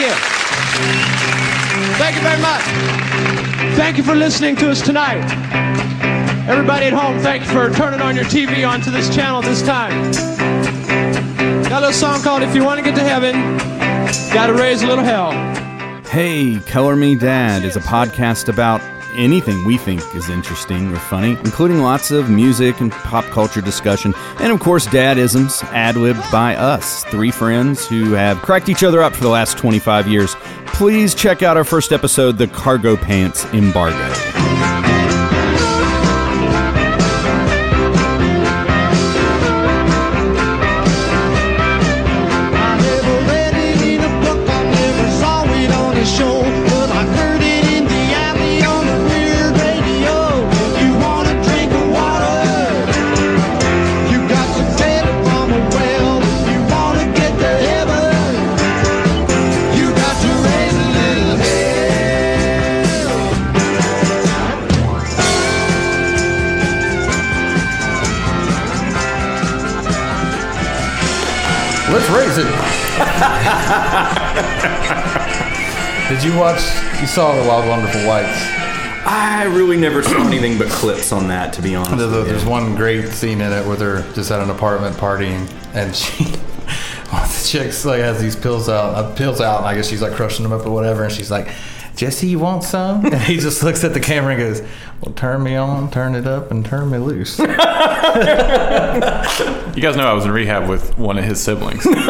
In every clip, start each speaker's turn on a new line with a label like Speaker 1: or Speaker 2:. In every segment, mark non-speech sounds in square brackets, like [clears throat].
Speaker 1: you. Thank you very much. Thank you for listening to us tonight. Everybody at home, thank you for turning on your TV onto this channel this time. Got a little song called If You Want to Get to Heaven, Gotta Raise a Little Hell.
Speaker 2: Hey, Color Me Dad is a podcast about anything we think is interesting or funny, including lots of music and pop culture discussion, and of course, dadisms ad libbed by us, three friends who have cracked each other up for the last 25 years. Please check out our first episode, The Cargo Pants Embargo.
Speaker 3: I never read it in a book, I never saw it on a show, but I heard it in the alley on the weird radio. If you want a drink of water, you got to get it from a well. If you want to get to heaven, you got to raise a little hell.
Speaker 4: Let's raise it. Did you watch? You saw the Wild Wonderful Whites.
Speaker 5: I really never saw anything but clips on that, to be honest.
Speaker 4: There's,
Speaker 5: with
Speaker 4: a,
Speaker 5: you.
Speaker 4: there's one great scene in it where they're just at an apartment party and, and she, [laughs] one of the chicks like has these pills out, uh, pills out, and I guess she's like crushing them up or whatever, and she's like, "Jesse, you want some?" [laughs] And he just looks at the camera and goes, "Well, turn me on, turn it up, and turn me loose."
Speaker 6: You guys know I was in rehab with one of his [laughs] siblings.
Speaker 4: [laughs] okay,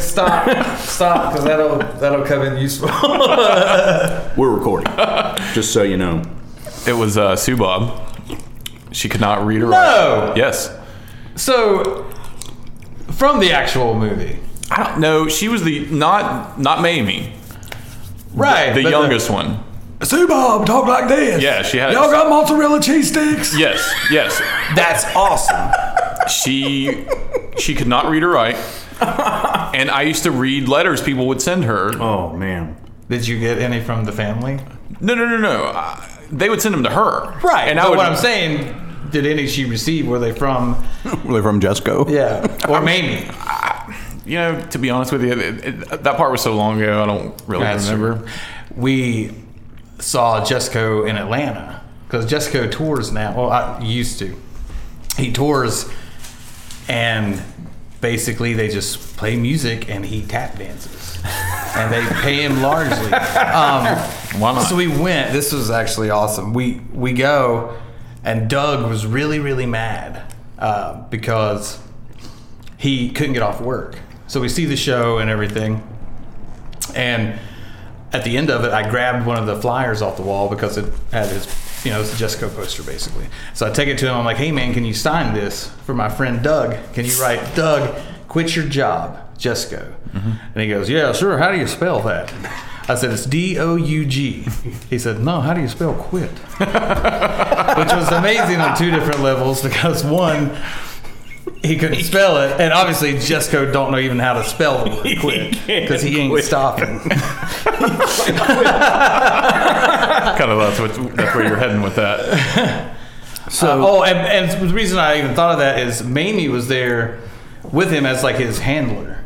Speaker 4: stop, stop, because that'll that'll come in useful.
Speaker 5: We're recording, just so you know.
Speaker 6: it was uh, Sue Bob. She could not read
Speaker 4: [laughs]
Speaker 6: or
Speaker 4: No!
Speaker 6: write. Yes.
Speaker 4: so, from the actual movie.
Speaker 6: I don't know. She was the not not Mamie,
Speaker 4: Right.
Speaker 6: the
Speaker 4: but
Speaker 6: youngest one.
Speaker 4: Sue Bob, talk like this.
Speaker 6: Yeah, she had.
Speaker 4: Y'all got mozzarella cheese sticks?
Speaker 6: yes, yes.
Speaker 5: That's awesome.
Speaker 6: She she could not read or [laughs] write. And I used to read letters people would send her.
Speaker 5: Oh man.
Speaker 4: Did you get any from the family?
Speaker 6: No, no, no, no. I, they would send them to her.
Speaker 4: And
Speaker 6: And I would,
Speaker 4: what I'm saying, did any she receive? Were they from?
Speaker 2: Were they from Jesco?
Speaker 6: [laughs]
Speaker 4: Yeah. Or Mamie?
Speaker 6: you know, to be honest with you, it, it, that part was so long ago. I don't really remember.
Speaker 4: We saw Jesco in Atlanta because Jesco tours now. Well, I used to. He tours, and basically they just play music and he tap dances, and they pay him largely.
Speaker 6: [laughs]
Speaker 4: Um,
Speaker 6: Why [laughs] not?
Speaker 4: So we went. This was actually awesome. We we go, and Doug was really really mad uh, because he couldn't get off work. So we see the show and everything, and at the end of it, I grabbed one of the flyers off the wall because it had his, you know, it's a Jessico poster basically. So I take it to him. I'm like, hey man, can you sign this for my friend Doug? Can you write Doug, quit your job, Jessico? And he goes, yeah, sure. How do you spell that? I said, it's D O U G. He said, no, how do you spell quit? [laughs] Which was amazing on two different levels because one, he couldn't spell it, and obviously Jesco don't know even how to spell the [laughs] word quit because he ain't stopping.
Speaker 6: kind of that's what that's where you're heading with that.
Speaker 4: So, oh, and, and the reason I even thought of that is Mamie was there with him as like his handler.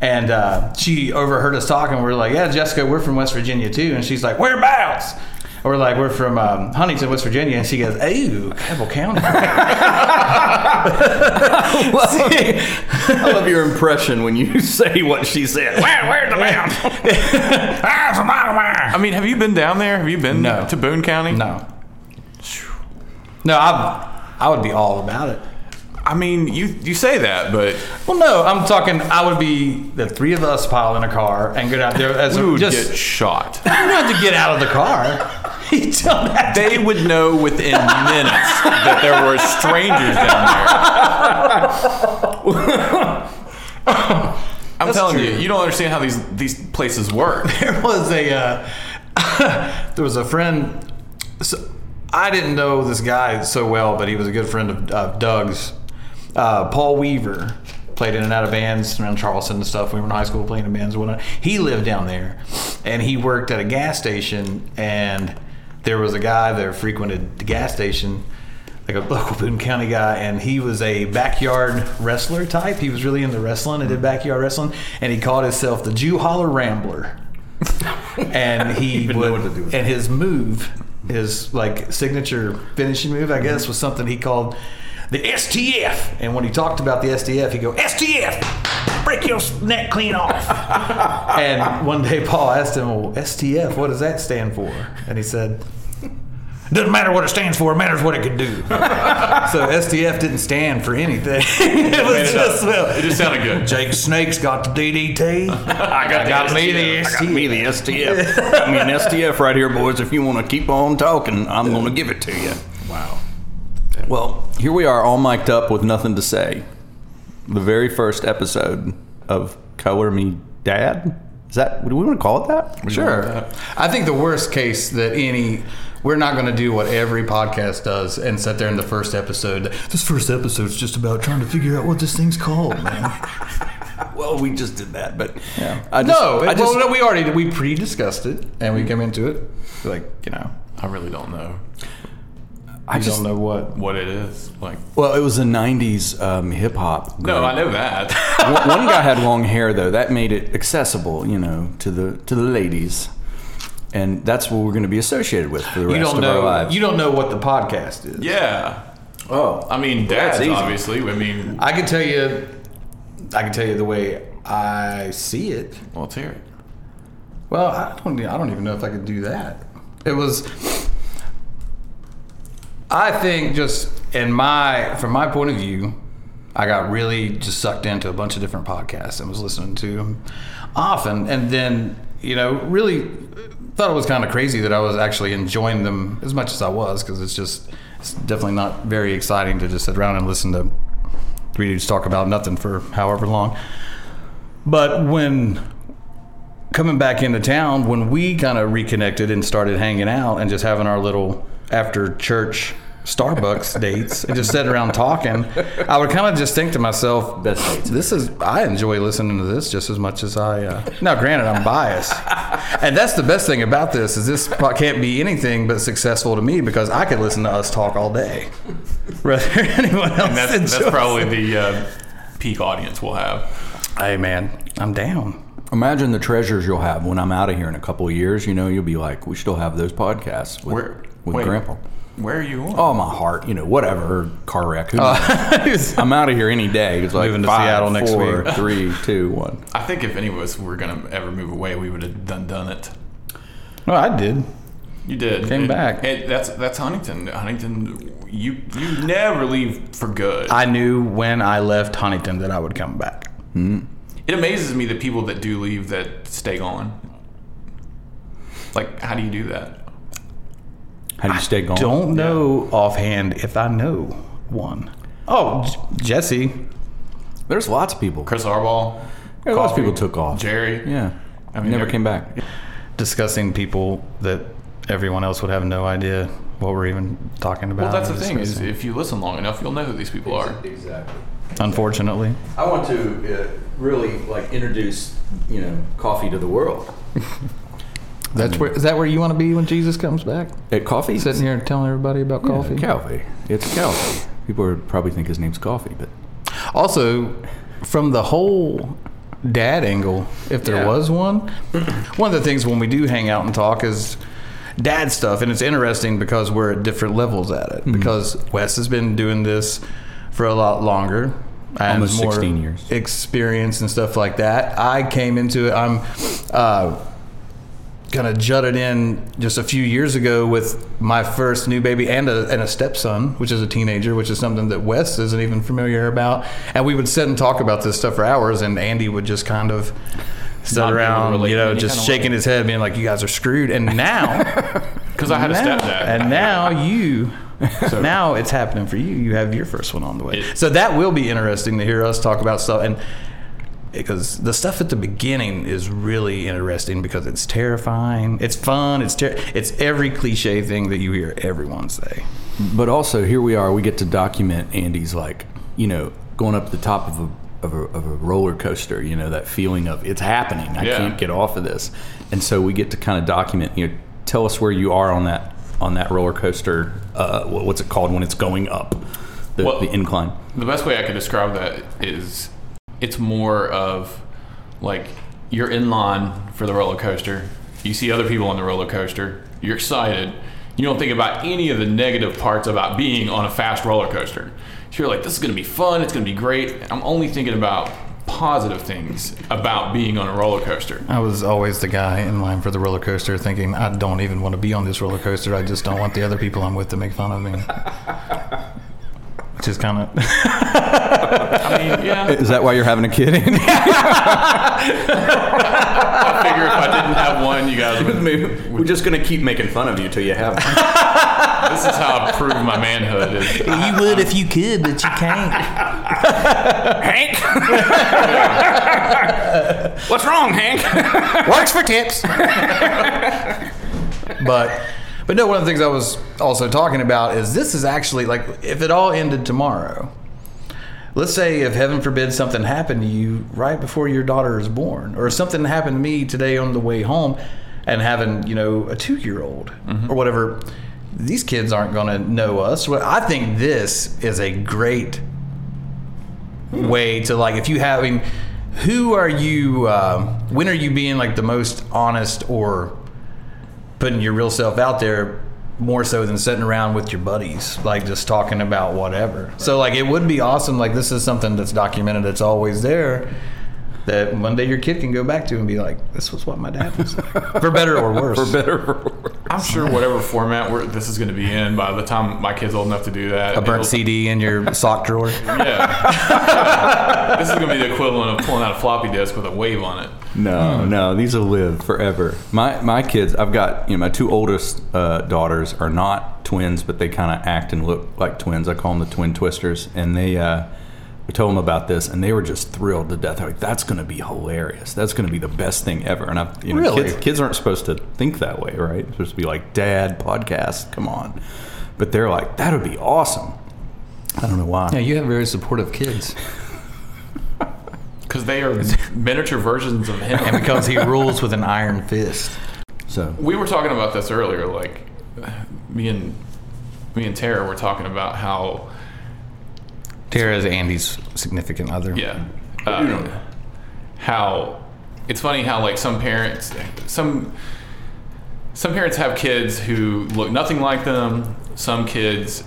Speaker 4: And uh, she overheard us talking. We are like, yeah, Jessica, we're from West Virginia too. And she's like, whereabouts? And We're like, we're from um, Huntington, West Virginia. And she goes, ooh, Campbell
Speaker 6: [laughs]
Speaker 4: County. [laughs]
Speaker 5: I love your impression when you [laughs] say what she said.
Speaker 6: Where, where's the
Speaker 5: [laughs]
Speaker 6: man? I mean, have you been down there? Have you been
Speaker 4: No.
Speaker 6: to Boone County?
Speaker 4: no. No, I, I would be all about it.
Speaker 6: I mean, you you say that, but
Speaker 4: Well, no, I'm talking, I would be the three of us pile in a car and go down there as
Speaker 6: we
Speaker 4: a,
Speaker 6: would
Speaker 4: just,
Speaker 6: get shot.
Speaker 4: you don't have to get out of the car. [laughs] You don't have to
Speaker 6: They would know within minutes that there were strangers down
Speaker 5: [laughs]
Speaker 6: there. I'm telling you, you don't understand how these these places work.
Speaker 4: there [laughs] was a uh, [laughs] there was a friend. So I didn't know this guy so well, but he was a good friend of, of Doug's. Uh, Paul Weaver played in and out of bands around Charleston and stuff. We were in high school playing in bands. And whatnot. He lived down there, and he worked at a gas station. And there was a guy that frequented the gas station. A like a local Boone County guy, and he was a backyard wrestler type. He was really into wrestling and did backyard wrestling, and he called himself the Jew Holler Rambler. [laughs] and he would, and his move, his like signature finishing move, I guess, was something he called the STF. And when he talked about the STF, he'd go STF, break your neck clean [laughs] off. and one day, Paul asked him, "Well, STF, what does that stand for?" And he said. Doesn't matter what it stands for, it matters what it can [laughs] do. so STF didn't stand for anything. [laughs] it
Speaker 6: made
Speaker 4: was
Speaker 6: it up.
Speaker 4: just, well,
Speaker 6: It just sounded good.
Speaker 4: Jake Snake's got the [laughs] DDT.
Speaker 6: I got,
Speaker 4: got me the
Speaker 5: I got me the STF. I mean STF right here, boys. If you want to keep on talking, I'm going to give it to you. Wow. Well, here we are, all mic'd up with nothing to say. The very first episode of Color Me Dad. Is that? Do we want to call it that?
Speaker 4: Sure. I think the worst case that any we're not going to do what every podcast does and sit there in the first episode. This first episode's just about trying to figure out what this thing's called, man.
Speaker 5: [laughs] Well, we just did that, but
Speaker 4: Yeah.
Speaker 5: I just-
Speaker 4: no,
Speaker 5: I just-
Speaker 4: well, no, we already we pre-discussed it and we come into it like you know
Speaker 6: I really don't know
Speaker 5: I
Speaker 4: you
Speaker 5: just
Speaker 4: don't know what.
Speaker 6: what it is. Like,
Speaker 5: Well, it was a '90s um, hip hop.
Speaker 6: no, I know that.
Speaker 5: [laughs] one, one guy had long hair though. That made it accessible, you know, to the to the ladies, and that's what we're going to be associated with for the
Speaker 4: You
Speaker 5: rest
Speaker 4: don't
Speaker 5: of our
Speaker 4: know.
Speaker 5: lives.
Speaker 4: You don't know what the podcast is.
Speaker 6: yeah.
Speaker 5: oh,
Speaker 6: I mean,
Speaker 5: that's
Speaker 6: dads,
Speaker 5: easy.
Speaker 6: obviously. I mean,
Speaker 4: I can tell you. I can tell you the way I see it.
Speaker 6: well, let's hear
Speaker 5: [laughs]
Speaker 6: it.
Speaker 4: Well, I don't. e, I don't even know if I could do that. It was. I think just in my from my point of view, I got really just sucked into a bunch of different podcasts and was listening to them often, and then you know really thought it was kind of crazy that I was actually enjoying them as much as I was because it's just it's definitely not very exciting to just sit around and listen to three dudes talk about nothing for however long. But when coming back into town, when we kind of reconnected and started hanging out and just having our little after church Starbucks
Speaker 6: [laughs]
Speaker 4: dates and just sat around talking, I would kind of just think to myself,
Speaker 5: Best dates.
Speaker 4: this is I enjoy listening to this just as much as I. Uh, now, granted, I'm
Speaker 6: [laughs]
Speaker 4: biased, and that's the best thing about this is this po- can't be anything but successful to me because I could listen to us talk all day, [laughs] rather than anyone else.
Speaker 6: And that's, that's
Speaker 4: enjoys
Speaker 6: probably
Speaker 4: it.
Speaker 6: the uh, peak audience we'll have.
Speaker 4: Hey, man, I'm down.
Speaker 5: imagine the treasures you'll have when I'm out of here in a couple of years. You know, you'll be like, we still have those podcasts with,
Speaker 6: Where-
Speaker 5: with
Speaker 6: wait.
Speaker 5: Grandpa.
Speaker 6: Where are you on?
Speaker 5: Oh, my heart. You know, whatever car wreck.
Speaker 4: [laughs]
Speaker 5: Who knows? I'm out of here any day. It's like
Speaker 4: Uh, Moving to
Speaker 5: five,
Speaker 4: Seattle next
Speaker 5: four,
Speaker 4: week.
Speaker 5: three, two, one.
Speaker 6: I think if any of us were going to ever move away, we would have done done it.
Speaker 4: No, I did.
Speaker 6: You did.
Speaker 4: Came
Speaker 6: And-
Speaker 4: back.
Speaker 6: and that's that's Huntington. Huntington, you you never leave for good.
Speaker 4: I knew when I left Huntington that I would come back.
Speaker 6: it amazes me the people that do leave that stay gone. Like, how do you do that?
Speaker 5: How do you stay going?
Speaker 4: Don't know offhand if I know one. Oh, J- Jesse.
Speaker 5: There's lots of people.
Speaker 6: Chris Arbaugh,
Speaker 5: Lots of
Speaker 6: Coffee.
Speaker 5: people took off.
Speaker 6: Jerry.
Speaker 5: Yeah. I
Speaker 6: mean,
Speaker 5: never
Speaker 6: they're-
Speaker 5: came back.
Speaker 4: Discussing people that everyone else would have no idea what we're even talking about.
Speaker 6: Well, that's the
Speaker 4: or
Speaker 6: thing is,
Speaker 4: discussing.
Speaker 6: if you listen long enough, you'll know who these people are.
Speaker 5: Exactly.
Speaker 4: unfortunately.
Speaker 5: I want to uh, really like introduce, you know, coffee to the world.
Speaker 4: That's where is that where you want to be when Jesus comes back?
Speaker 5: At coffee,
Speaker 4: Sitting here and telling everybody about coffee.
Speaker 5: Calvi. It's Calvi. People are, probably think his name's Coffee, but
Speaker 4: Also, from the whole dad angle, if there
Speaker 5: Yeah.
Speaker 4: was one, one of the things when we do hang out and talk is dad stuff, and it's interesting because we're at different levels at it.
Speaker 5: Mm-hmm.
Speaker 4: Because Wes has been doing this for a lot longer. And
Speaker 5: Almost 16 years.
Speaker 4: Experience and stuff like that. I came into it. I'm. Uh, kind of jutted in just a few years ago with my first new baby and a, and a stepson, which is a teenager, which is something that Wes isn't even familiar about. And we would sit and talk about this stuff for hours, and Andy would just kind of sit
Speaker 6: Not be able to
Speaker 4: around,
Speaker 6: relate
Speaker 4: you
Speaker 6: in
Speaker 4: know,
Speaker 6: any
Speaker 4: just
Speaker 6: kind of
Speaker 4: shaking his head, being like, "You guys are screwed." And [laughs] now,
Speaker 6: Because I had a
Speaker 4: now-
Speaker 6: stepdad.
Speaker 4: and now you. [laughs] now it's happening for you. You have your first one on the way,
Speaker 6: It-
Speaker 4: so that will be interesting to hear us talk about stuff and because the stuff at the beginning is really interesting because it's terrifying, it's fun, it's ter- it's every cliche thing that you hear everyone say.
Speaker 5: but also here we are. We get to document Andy's like, you know, going up the top of a of a, of a roller coaster. You know that feeling of it's happening. I
Speaker 6: Yeah.
Speaker 5: can't get off of this, and so we get to kind of document. You know, tell us where you are on that
Speaker 7: on that roller coaster. Uh, wh- what's it called when it's going up the,
Speaker 6: Well-
Speaker 7: the incline?
Speaker 6: The best way I could describe that is it's more of like you're in line for the roller coaster. You see other people on the roller coaster. You're excited. You don't think about any of the negative parts about being on a fast roller coaster. So you're like, this is going to be fun. It's going to be great. I'm only thinking about positive things about being on a roller coaster.
Speaker 4: I was always the guy in line for the roller coaster thinking, I don't even want to be on this roller coaster. I just don't want the other people I'm with to make fun of
Speaker 6: [laughs]
Speaker 4: me. Which is kind of.
Speaker 6: I mean, yeah.
Speaker 7: Is that why you're having a kid? Andy?
Speaker 6: I figure if I didn't have one, you guys would.
Speaker 7: [laughs] Maybe We're just gonna keep making fun of you till you have. one.
Speaker 6: [laughs] This is how I prove my manhood.
Speaker 7: [laughs]
Speaker 6: Is
Speaker 4: You would if you could, but you can't.
Speaker 7: What's wrong, Hank?
Speaker 4: Works for [laughs] tips. but but no, one of the things I was also talking about is this is actually like if it all ended tomorrow. Let's say if heaven forbid something happened to you right before your daughter is born, or if something happened to me today on the way home, and having you know a two-year-old or whatever, these kids aren't going to know us. Well, I think this is a great way to like if you have I mean, who are you um, when are you being like the most honest or putting your real self out there more so than sitting around with your buddies like just talking about whatever so like it would be awesome like this is something that's documented that's always there that one day your kid can go back to and be like this was what my dad was like.
Speaker 7: [laughs]
Speaker 4: for better or worse for better
Speaker 6: [laughs] I'm sure whatever format we're, this is going to be in by the time my kid's old enough to do that.
Speaker 4: a burnt
Speaker 6: it'll-
Speaker 4: cd in your sock drawer
Speaker 6: Yeah.
Speaker 7: [laughs]
Speaker 6: this is going to be the equivalent of pulling out a floppy disk with a wave on it.
Speaker 4: Hmm.
Speaker 7: No, no, these will live forever. My my kids, I've got you know my two oldest uh, daughters are not twins, but they kind of act and look like twins. I call them the twin twisters, and they. Uh, we told them about this, and they were just thrilled to death. They're like, "That's going to be hilarious. That's going to be the best thing ever." And I, you know,
Speaker 4: Really?
Speaker 7: kids, kids aren't supposed to think that way, right? They're supposed to be like, "Dad, podcast, come on." But they're like, "That would be awesome." I don't know why.
Speaker 4: yeah you have very supportive kids
Speaker 6: Because they are
Speaker 7: [laughs]
Speaker 6: miniature versions of
Speaker 4: and
Speaker 6: him.
Speaker 4: because he rules with an iron fist
Speaker 7: So
Speaker 6: We were talking about this earlier. Like, me and me and Tara were talking about how,
Speaker 4: Tara is Andy's significant other.
Speaker 6: yeah, uh, how it's funny how like some parents, some some parents have kids who look nothing like them. Some kids,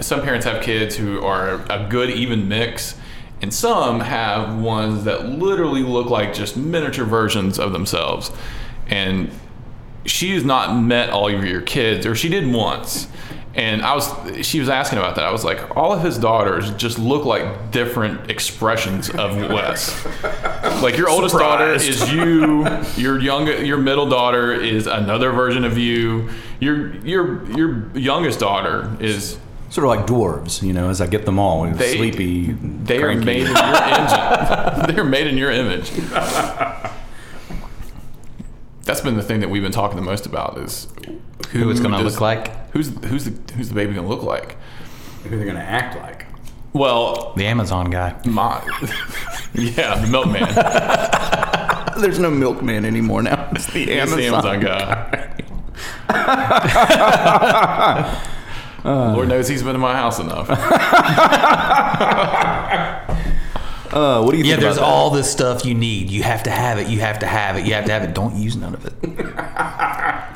Speaker 6: some parents have kids who are a good even mix, and some have ones that literally look like just miniature versions of themselves. And she has not met all of your kids, or she did once. And I was, she was asking about that. I was like, all of his daughters just look like different expressions of Wes. Like your oldest daughter is you. Your young, your middle daughter is another version of you. Your your your youngest daughter is
Speaker 7: sort of like dwarves, you know, as I get them all, we
Speaker 6: They-
Speaker 7: sleepy.
Speaker 6: they are
Speaker 7: cranky.
Speaker 6: made in your engine. [laughs] They're made in your image. That's been the thing that we've been talking the most about is
Speaker 4: Who it's going to
Speaker 6: does-
Speaker 4: look like?
Speaker 6: Who's who's the who's the baby gonna look like?
Speaker 7: Who they're going to act like.
Speaker 6: Well,
Speaker 4: The Amazon guy.
Speaker 6: my [laughs] yeah,
Speaker 4: [laughs]
Speaker 6: the milkman, It's
Speaker 7: There's no milkman anymore now. It's the Amazon.
Speaker 6: the Amazon guy.
Speaker 4: [laughs]
Speaker 6: Lord knows he's been in my house enough.
Speaker 7: Uh, what do you
Speaker 4: Yeah,
Speaker 7: think
Speaker 4: there's
Speaker 7: about
Speaker 4: all this stuff you need. You have to have it. You have to have it. You have to have it. Don't use none of it.
Speaker 7: that?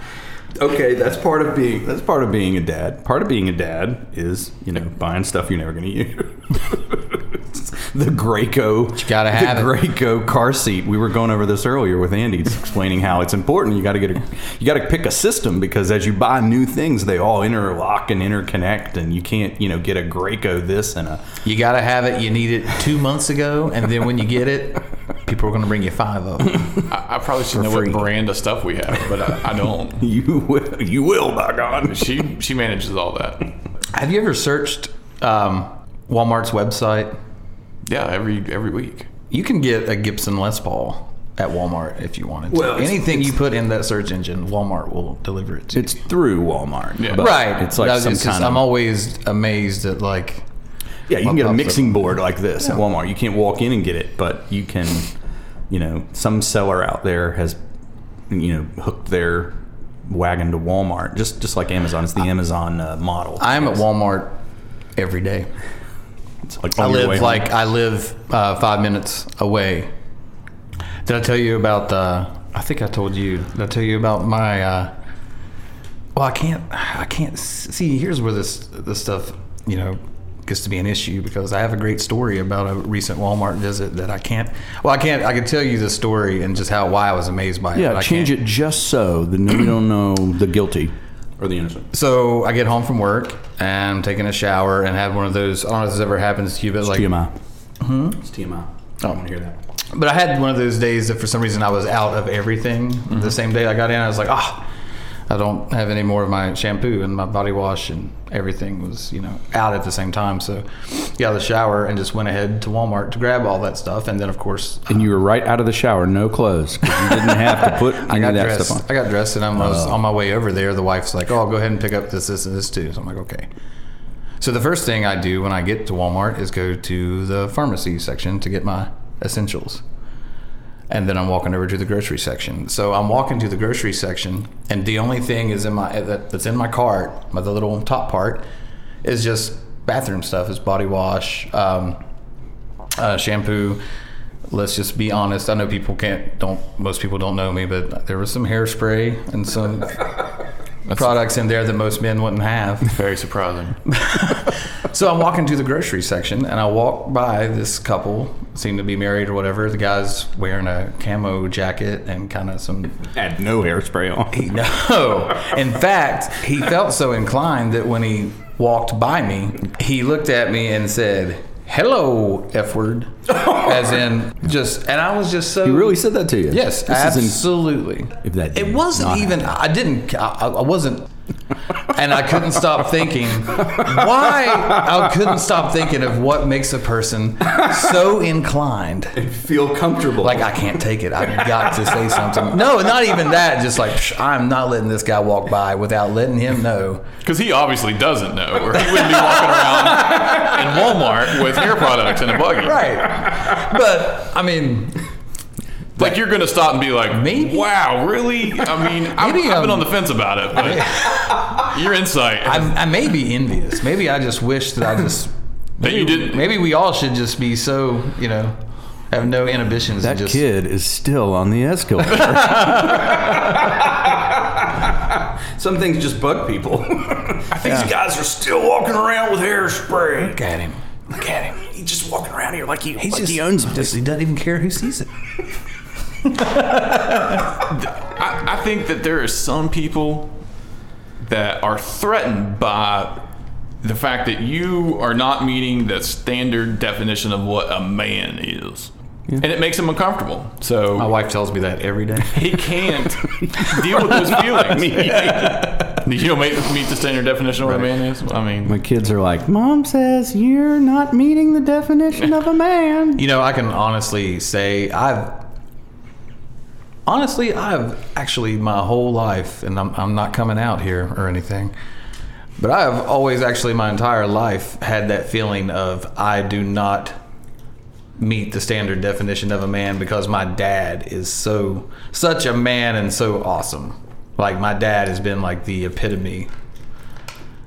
Speaker 7: Okay, that's part of being that's part of being a dad. Part of being a dad is, you know, buying stuff you're never going to use. [laughs] the Graco, you
Speaker 4: gotta have
Speaker 7: the
Speaker 4: it.
Speaker 7: Graco car seat. We were going over this earlier with Andy, just explaining how it's important. You got to get a, you got to pick a system because as you buy new things, they all interlock and interconnect, and you can't, you know, get a Graco this and a [laughs]
Speaker 4: You got to have it. You need it two months ago. And then when you get it, people are going to bring you five of them.
Speaker 7: [laughs]
Speaker 6: I, I probably should know
Speaker 4: free.
Speaker 6: what brand of stuff we have, but I, I
Speaker 4: [laughs]
Speaker 6: don't.
Speaker 7: You will, you will, by God.
Speaker 6: She she manages all that.
Speaker 4: Have you ever searched um, Walmart's website?
Speaker 6: Yeah, every every week.
Speaker 4: You can get a Gibson Les Paul at Walmart if you wanted to.
Speaker 7: Well, it's-
Speaker 4: Anything you put in that search engine, Walmart will deliver it to you.
Speaker 7: It's through Walmart.
Speaker 6: Yeah.
Speaker 7: but
Speaker 4: Right.
Speaker 7: It's like
Speaker 4: That was
Speaker 7: some
Speaker 4: just-
Speaker 7: kind
Speaker 4: I'm
Speaker 7: of.
Speaker 4: always amazed at like
Speaker 7: yeah, you can get a
Speaker 4: Pops up.
Speaker 7: mixing board like this at Walmart. You can't walk in and get it, but you can, you know, some seller out there has, you know, hooked their
Speaker 5: wagon to Walmart, just just like Amazon. It's the Amazon uh, model.
Speaker 4: I am at Walmart every day.
Speaker 5: It's like
Speaker 4: I
Speaker 5: on your way
Speaker 4: live
Speaker 5: home.
Speaker 4: like I live uh, five minutes away. Did I tell you about the? I think I told you. Did I tell you about my? Uh, well, I can't. I can't s- see. Here's where this this stuff, you know, gets to be an issue because I have a great story about a recent Walmart visit that I can't. Well, I can't. I can tell you the story and just how why I was amazed by it.
Speaker 5: yeah,
Speaker 4: but I
Speaker 5: change
Speaker 4: can't.
Speaker 5: it just so that we don't know the guilty or the innocent.
Speaker 4: So I get home from work and I'm taking a shower and have one of those. I don't know if this ever happens to you, but like
Speaker 5: TMI.
Speaker 4: Mm-hmm.
Speaker 5: It's TMI. I don't want to hear that.
Speaker 4: But I had one of those days that for some reason I was out of everything. The same day I got in, I was like, ah, I don't have any more of my shampoo and my body wash and everything was, you know, out at the same time. So got out of the shower and just went ahead to Walmart to grab all that stuff. And then, of course,
Speaker 5: And you were right out of the shower, no clothes. 'cause You didn't have to put
Speaker 4: [laughs]
Speaker 5: any
Speaker 4: I got
Speaker 5: of that
Speaker 4: dressed.
Speaker 5: stuff on.
Speaker 4: I got dressed and I'm- I was on my way over there. The wife's like, oh, go ahead and pick up this, this, and this too. So I'm like, okay. So the first thing I do when I get to Walmart is go to the pharmacy section to get my essentials. And then I'm walking over to the grocery section. So I'm walking to the grocery section, and the only thing is in my that, that's in my cart, my, the little top part, is just bathroom stuff. It's body wash, um, uh, shampoo. Let's just be honest. I know people can't don't most people don't know me, but there was some hairspray and some products in there that most men wouldn't have.
Speaker 6: [laughs] Very surprising.
Speaker 4: So I'm walking to the grocery section, and I walk by this couple, seem to be married or whatever. The guy's wearing a camo jacket and kind of some.
Speaker 5: Had no hairspray on.
Speaker 4: No, in fact, he felt so inclined that when he walked by me, he looked at me and said, "Hello, f word," as in just. And I was just so.
Speaker 5: He really said that to you.
Speaker 4: Yes,
Speaker 5: This is in-
Speaker 4: absolutely.
Speaker 5: If that
Speaker 4: it
Speaker 5: did
Speaker 4: wasn't
Speaker 5: not
Speaker 4: even. I didn't. I, I I wasn't. And I couldn't stop thinking why I couldn't stop thinking of what makes a person so inclined.
Speaker 5: feel comfortable.
Speaker 4: Like I can't take it. I've got to say something. No, not even that. Just like psh, I'm not letting this guy walk by without letting him know.
Speaker 6: Because he obviously doesn't know, or he wouldn't be
Speaker 4: [laughs]
Speaker 6: walking around in Walmart with hair products in a buggy.
Speaker 4: Right. But I mean,
Speaker 6: Like you're gonna stop and be like,
Speaker 4: Maybe.
Speaker 6: "Wow, really?"
Speaker 4: [laughs]
Speaker 6: I mean, I've,
Speaker 4: Maybe,
Speaker 6: I've been
Speaker 4: um,
Speaker 6: on the fence about it, but your insight
Speaker 4: I, I may be envious. Maybe I just wish that I just.
Speaker 6: that you didn't.
Speaker 4: Maybe we all should just be so you know have no inhibitions.
Speaker 5: that
Speaker 4: and just,
Speaker 5: kid is still on the [laughs] escalator. Some things just bug
Speaker 4: [laughs]
Speaker 5: people. These guys are still walking around with hairspray.
Speaker 4: Look at him. Look at him.
Speaker 5: He's just walking around here like he, he's
Speaker 4: just-
Speaker 5: he owns this.
Speaker 4: He doesn't even care who sees it.
Speaker 6: I, I think that there are some people that are threatened by the fact that you are not meeting the standard definition of what a man is, and it makes them uncomfortable. So
Speaker 4: My wife tells me that every day. [laughs]
Speaker 6: he can't deal with those feelings. [laughs] you don't make, meet the standard definition of what a man is. I mean,
Speaker 5: My kids are like, Mom says you're not meeting the definition of a man.
Speaker 4: You know, I can honestly say I've honestly I've actually my whole life, and I'm I'm not coming out here or anything. But I have always, actually, my entire life had that feeling of I do not meet the standard definition of a man because my dad is so, such a man and so awesome. Like, my dad has been like the epitome.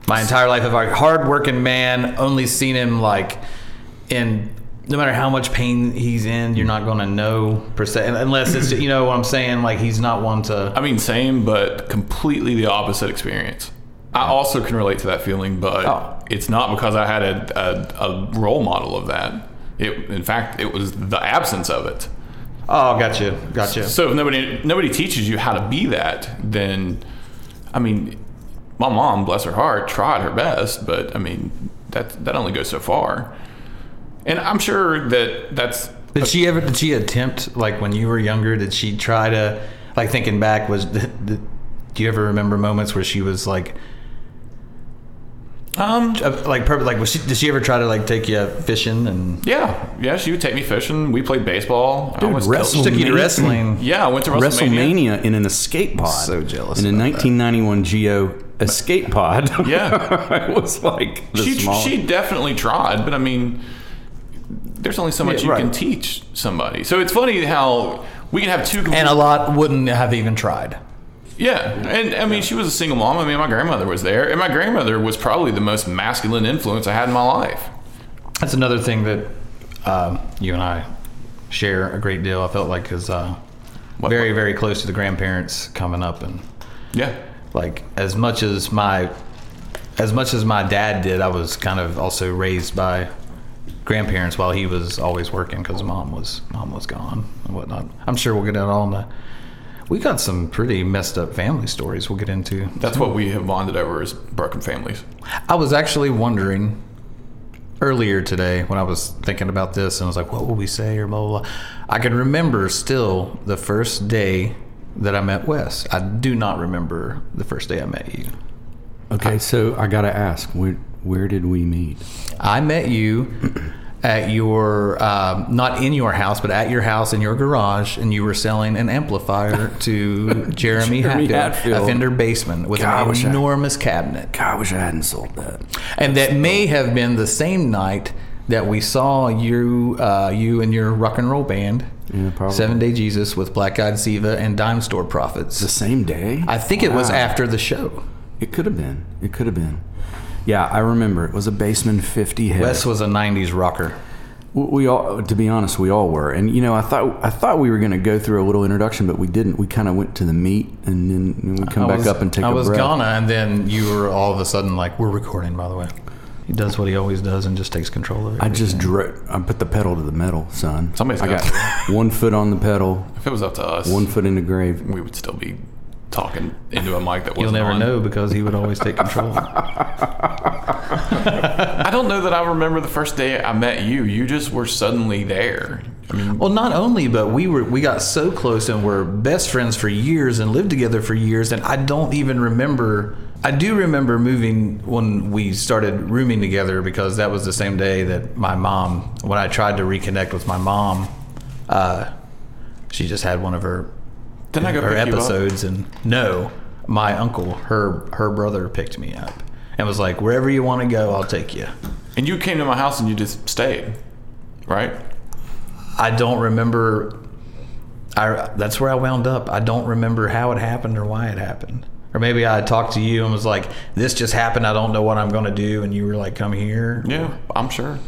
Speaker 4: My entire life of a hardworking man, only seen him like in, no matter how much pain he's in, you're not going to know per se, unless it's, you know what I'm saying? Like, he's not one to.
Speaker 6: I mean, same, but completely the opposite experience. I also can relate to that feeling, but
Speaker 4: Oh.
Speaker 6: it's not because I had a, a, a role model of that. It, in fact, it was the absence of it.
Speaker 4: Oh, gotcha. Gotcha.
Speaker 6: So if nobody nobody teaches you how to be that, then I mean, my mom, bless her heart, tried her best, but I mean, that that only goes so far. And I'm sure that that's
Speaker 4: Did she ever? Did she attempt like when you were younger? Did she try to like thinking back? Was did, do you ever remember moments where she was like
Speaker 6: um
Speaker 4: uh, like perfect? Like was she? Did she ever try to like take you fishing and
Speaker 6: yeah yeah she would take me fishing. We played baseball. I almost killed-
Speaker 5: wrestle-
Speaker 4: took you to
Speaker 5: WrestleMania.
Speaker 4: wrestling?
Speaker 6: Yeah, I went to WrestleMania.
Speaker 5: WrestleMania in an escape pod.
Speaker 4: So jealous
Speaker 5: In a
Speaker 4: about that.
Speaker 5: 1991 Geo escape pod.
Speaker 7: [laughs]
Speaker 6: Yeah.
Speaker 5: it was like the
Speaker 6: She
Speaker 5: smallest.
Speaker 6: she definitely tried, but I mean, there's only so much
Speaker 5: Yeah,
Speaker 6: you
Speaker 5: right.
Speaker 6: can teach somebody. So it's funny how we can have two
Speaker 4: And a lot wouldn't have even tried.
Speaker 6: Yeah, and I mean, she was a single mom. I mean, my grandmother was there, and my grandmother was probably the most masculine influence I had in my life.
Speaker 4: That's another thing that um, you and I share a great deal. I felt like is uh, very, very close to the grandparents coming up, and
Speaker 6: Yeah,
Speaker 4: like as much as my as much as my dad did, I was kind of also raised by grandparents while he was always working because mom was mom was gone and whatnot. I'm sure we'll get into all the. We got some pretty messed up family stories we'll get into.
Speaker 6: that's what we have bonded over is broken families.
Speaker 4: I was actually wondering earlier today when I was thinking about this and I was like, what will we say or blah, blah, blah. I can remember still the first day that I met Wes. I do not remember the first day I met you.
Speaker 7: Okay, so I gotta ask, where where did we meet?
Speaker 4: I met you [clears throat] at your, um, not in your house, but at your house in your garage, and you were selling an amplifier to
Speaker 7: [laughs]
Speaker 4: Jeremy, Hatfield,
Speaker 7: Hatfield.
Speaker 4: a Fender Baseman with
Speaker 7: God, I
Speaker 4: an
Speaker 7: wish I-
Speaker 4: enormous cabinet.
Speaker 7: God, I wish I hadn't sold that.
Speaker 4: And that may have been the same night that we saw you, uh, you and your rock and roll band,
Speaker 7: Yeah, probably.
Speaker 4: Seven Day Jesus with Black Eyed Siva and Dime Store
Speaker 7: The
Speaker 4: Prophets.
Speaker 7: same day?
Speaker 4: I think it was
Speaker 7: Wow.
Speaker 4: after the show.
Speaker 7: It could have been. It could have been. Yeah, I remember. It was a basement 50 head.
Speaker 4: Wes was a '90s rocker.
Speaker 7: We- We all, to be honest, we all were. And you know, I thought I thought we were going to go through a little introduction, but we didn't. We kind of went to the meat, and then and we come
Speaker 4: I
Speaker 7: back
Speaker 4: was-
Speaker 7: up and take
Speaker 4: I
Speaker 7: a
Speaker 4: was
Speaker 7: breath.
Speaker 4: Ghana, and then you were all of a sudden like, "We're recording." By the way, he does what he always does and just takes control of it.
Speaker 7: I just drew. I put the pedal to the metal, son.
Speaker 6: Somebody's
Speaker 7: I
Speaker 6: got
Speaker 4: [laughs]
Speaker 7: got one foot on the pedal,
Speaker 6: If it was up to us,
Speaker 7: one foot in the grave.
Speaker 6: we would still be talking into a mic that wasn't
Speaker 4: You'll never
Speaker 6: on.
Speaker 4: know because he would always take control.
Speaker 7: [laughs]
Speaker 6: I don't know that I remember the first day I met you. You just were suddenly there. I mean,
Speaker 4: Well, not only, but we were we got so close and were best friends for years and lived together for years. And I don't even remember. I do remember moving when we started rooming together because that was the same day that my mom, when I tried to reconnect with my mom, uh, she just had one of her
Speaker 6: didn't I go
Speaker 4: her
Speaker 6: pick you up?
Speaker 4: episodes and no, my uncle, her her brother picked me up and was like, wherever you want to go, I'll take you.
Speaker 6: And you came to my house and you just stayed, right?
Speaker 4: I don't remember. I that's where I wound up. I don't remember how it happened or why it happened. Or maybe I talked to you and was like, "This just happened. I don't know what I'm going to do," and you were like, "Come here."
Speaker 6: Yeah, I'm sure.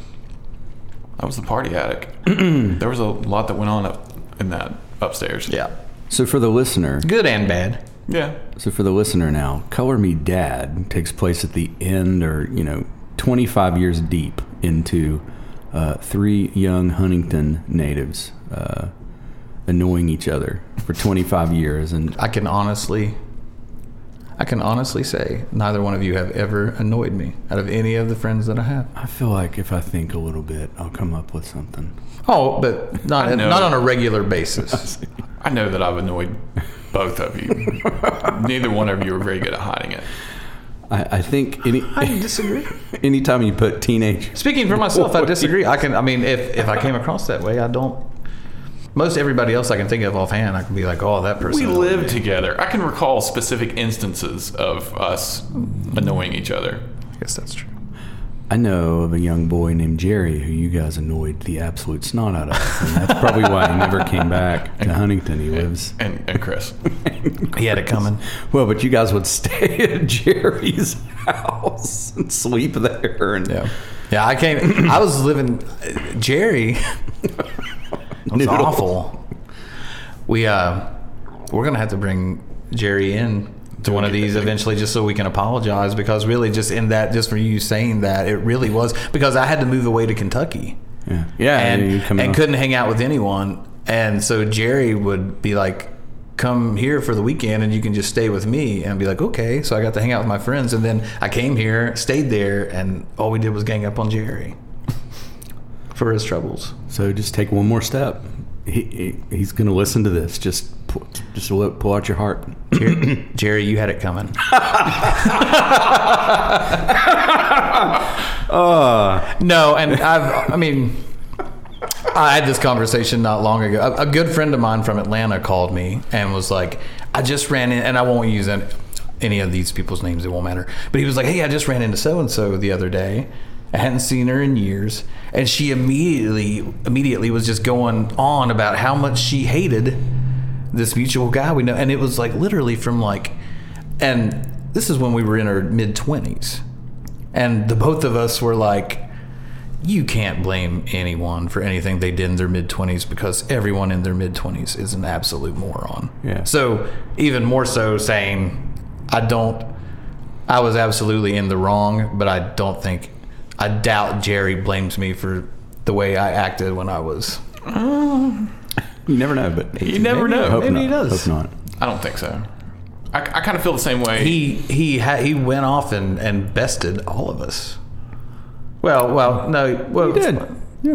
Speaker 6: I was the party
Speaker 4: [clears throat]
Speaker 6: addict. there was a lot that went on up in that upstairs.
Speaker 4: Yeah.
Speaker 7: So for the listener,
Speaker 4: Good and bad.
Speaker 6: Yeah.
Speaker 7: So for the listener now, Color Me Dad takes place at the end or, you know, 25 years deep into uh, three young Huntington natives uh, annoying each other for 25 years. And
Speaker 4: I can honestly, I can honestly say neither one of you have ever annoyed me out of any of the friends that I have.
Speaker 7: I feel like if I think a little bit, I'll come up with something.
Speaker 4: Oh, but
Speaker 6: I
Speaker 4: not
Speaker 6: know.
Speaker 4: not on a regular basis.
Speaker 6: I know that I've annoyed both of
Speaker 4: [laughs]
Speaker 6: you. Neither one of you are very good at hiding it.
Speaker 7: I, I think any,
Speaker 4: disagree.
Speaker 7: [laughs] anytime you put teenage,
Speaker 4: Speaking for myself, I disagree. I can, I mean, if, if I came across that way, I don't. Most everybody else I can think of offhand, I can be like, oh, that
Speaker 6: We
Speaker 4: person.
Speaker 6: lived together. I can recall specific instances of us annoying each other.
Speaker 4: I guess that's true.
Speaker 7: I know of a young boy named Jerry who you guys annoyed the absolute snot out of. And that's probably why he never came back to Huntington. He lives.
Speaker 6: And, and Chris.
Speaker 4: He had it coming.
Speaker 7: Well, but you guys would [laughs] stay at Jerry's house and sleep there, and
Speaker 4: Yeah. Yeah, I came. I was living. [laughs] Jerry. It's
Speaker 7: Noodle.
Speaker 4: awful. We, uh, we're going to have to bring Jerry in to one of these eventually just so we can apologize because really, just in that, just for you saying that, it really was because I had to move away to Kentucky.
Speaker 7: yeah, yeah you
Speaker 4: and,
Speaker 7: come
Speaker 4: and
Speaker 7: out.
Speaker 4: couldn't hang out with anyone. And so Jerry would be like, come here for the weekend and you can just stay with me and be like, okay. So I got to hang out with my friends. And then I came here, stayed there, and all we did was gang up on Jerry for his troubles.
Speaker 7: So just take one more step. He, he, he's going to listen to this. Just pull, just lo- pull out your heart.
Speaker 4: Jer- [coughs] Jerry, you had it coming.
Speaker 7: Uh.
Speaker 4: No, and I've, I mean, I had this conversation not long ago. A, a good friend of mine from Atlanta called me and was like, I just ran in, and I won't use any, any of these people's names, it won't matter. But he was like, Hey, I just ran into so and so the other day. I hadn't seen her in years. And she immediately, immediately was just going on about how much she hated this mutual guy we know, and it was like literally from like, and this is when we were in our mid twenties, and the both of us were like, you can't blame anyone for anything they did in their mid twenties because everyone in their mid twenties is an absolute moron.
Speaker 7: Yeah.
Speaker 4: So even more so, saying, I don't. I was absolutely in the wrong, but I don't think, I doubt Jerry blames me for the way I acted when I was.
Speaker 7: You never know, but you
Speaker 4: never know.
Speaker 7: Hope
Speaker 4: Maybe
Speaker 7: not.
Speaker 4: he does.
Speaker 7: Hope not.
Speaker 6: I don't think so. I, I kind of feel the same way.
Speaker 4: He he ha- he went off and, and bested all of us. Well, well, no, well,
Speaker 7: He did.
Speaker 4: I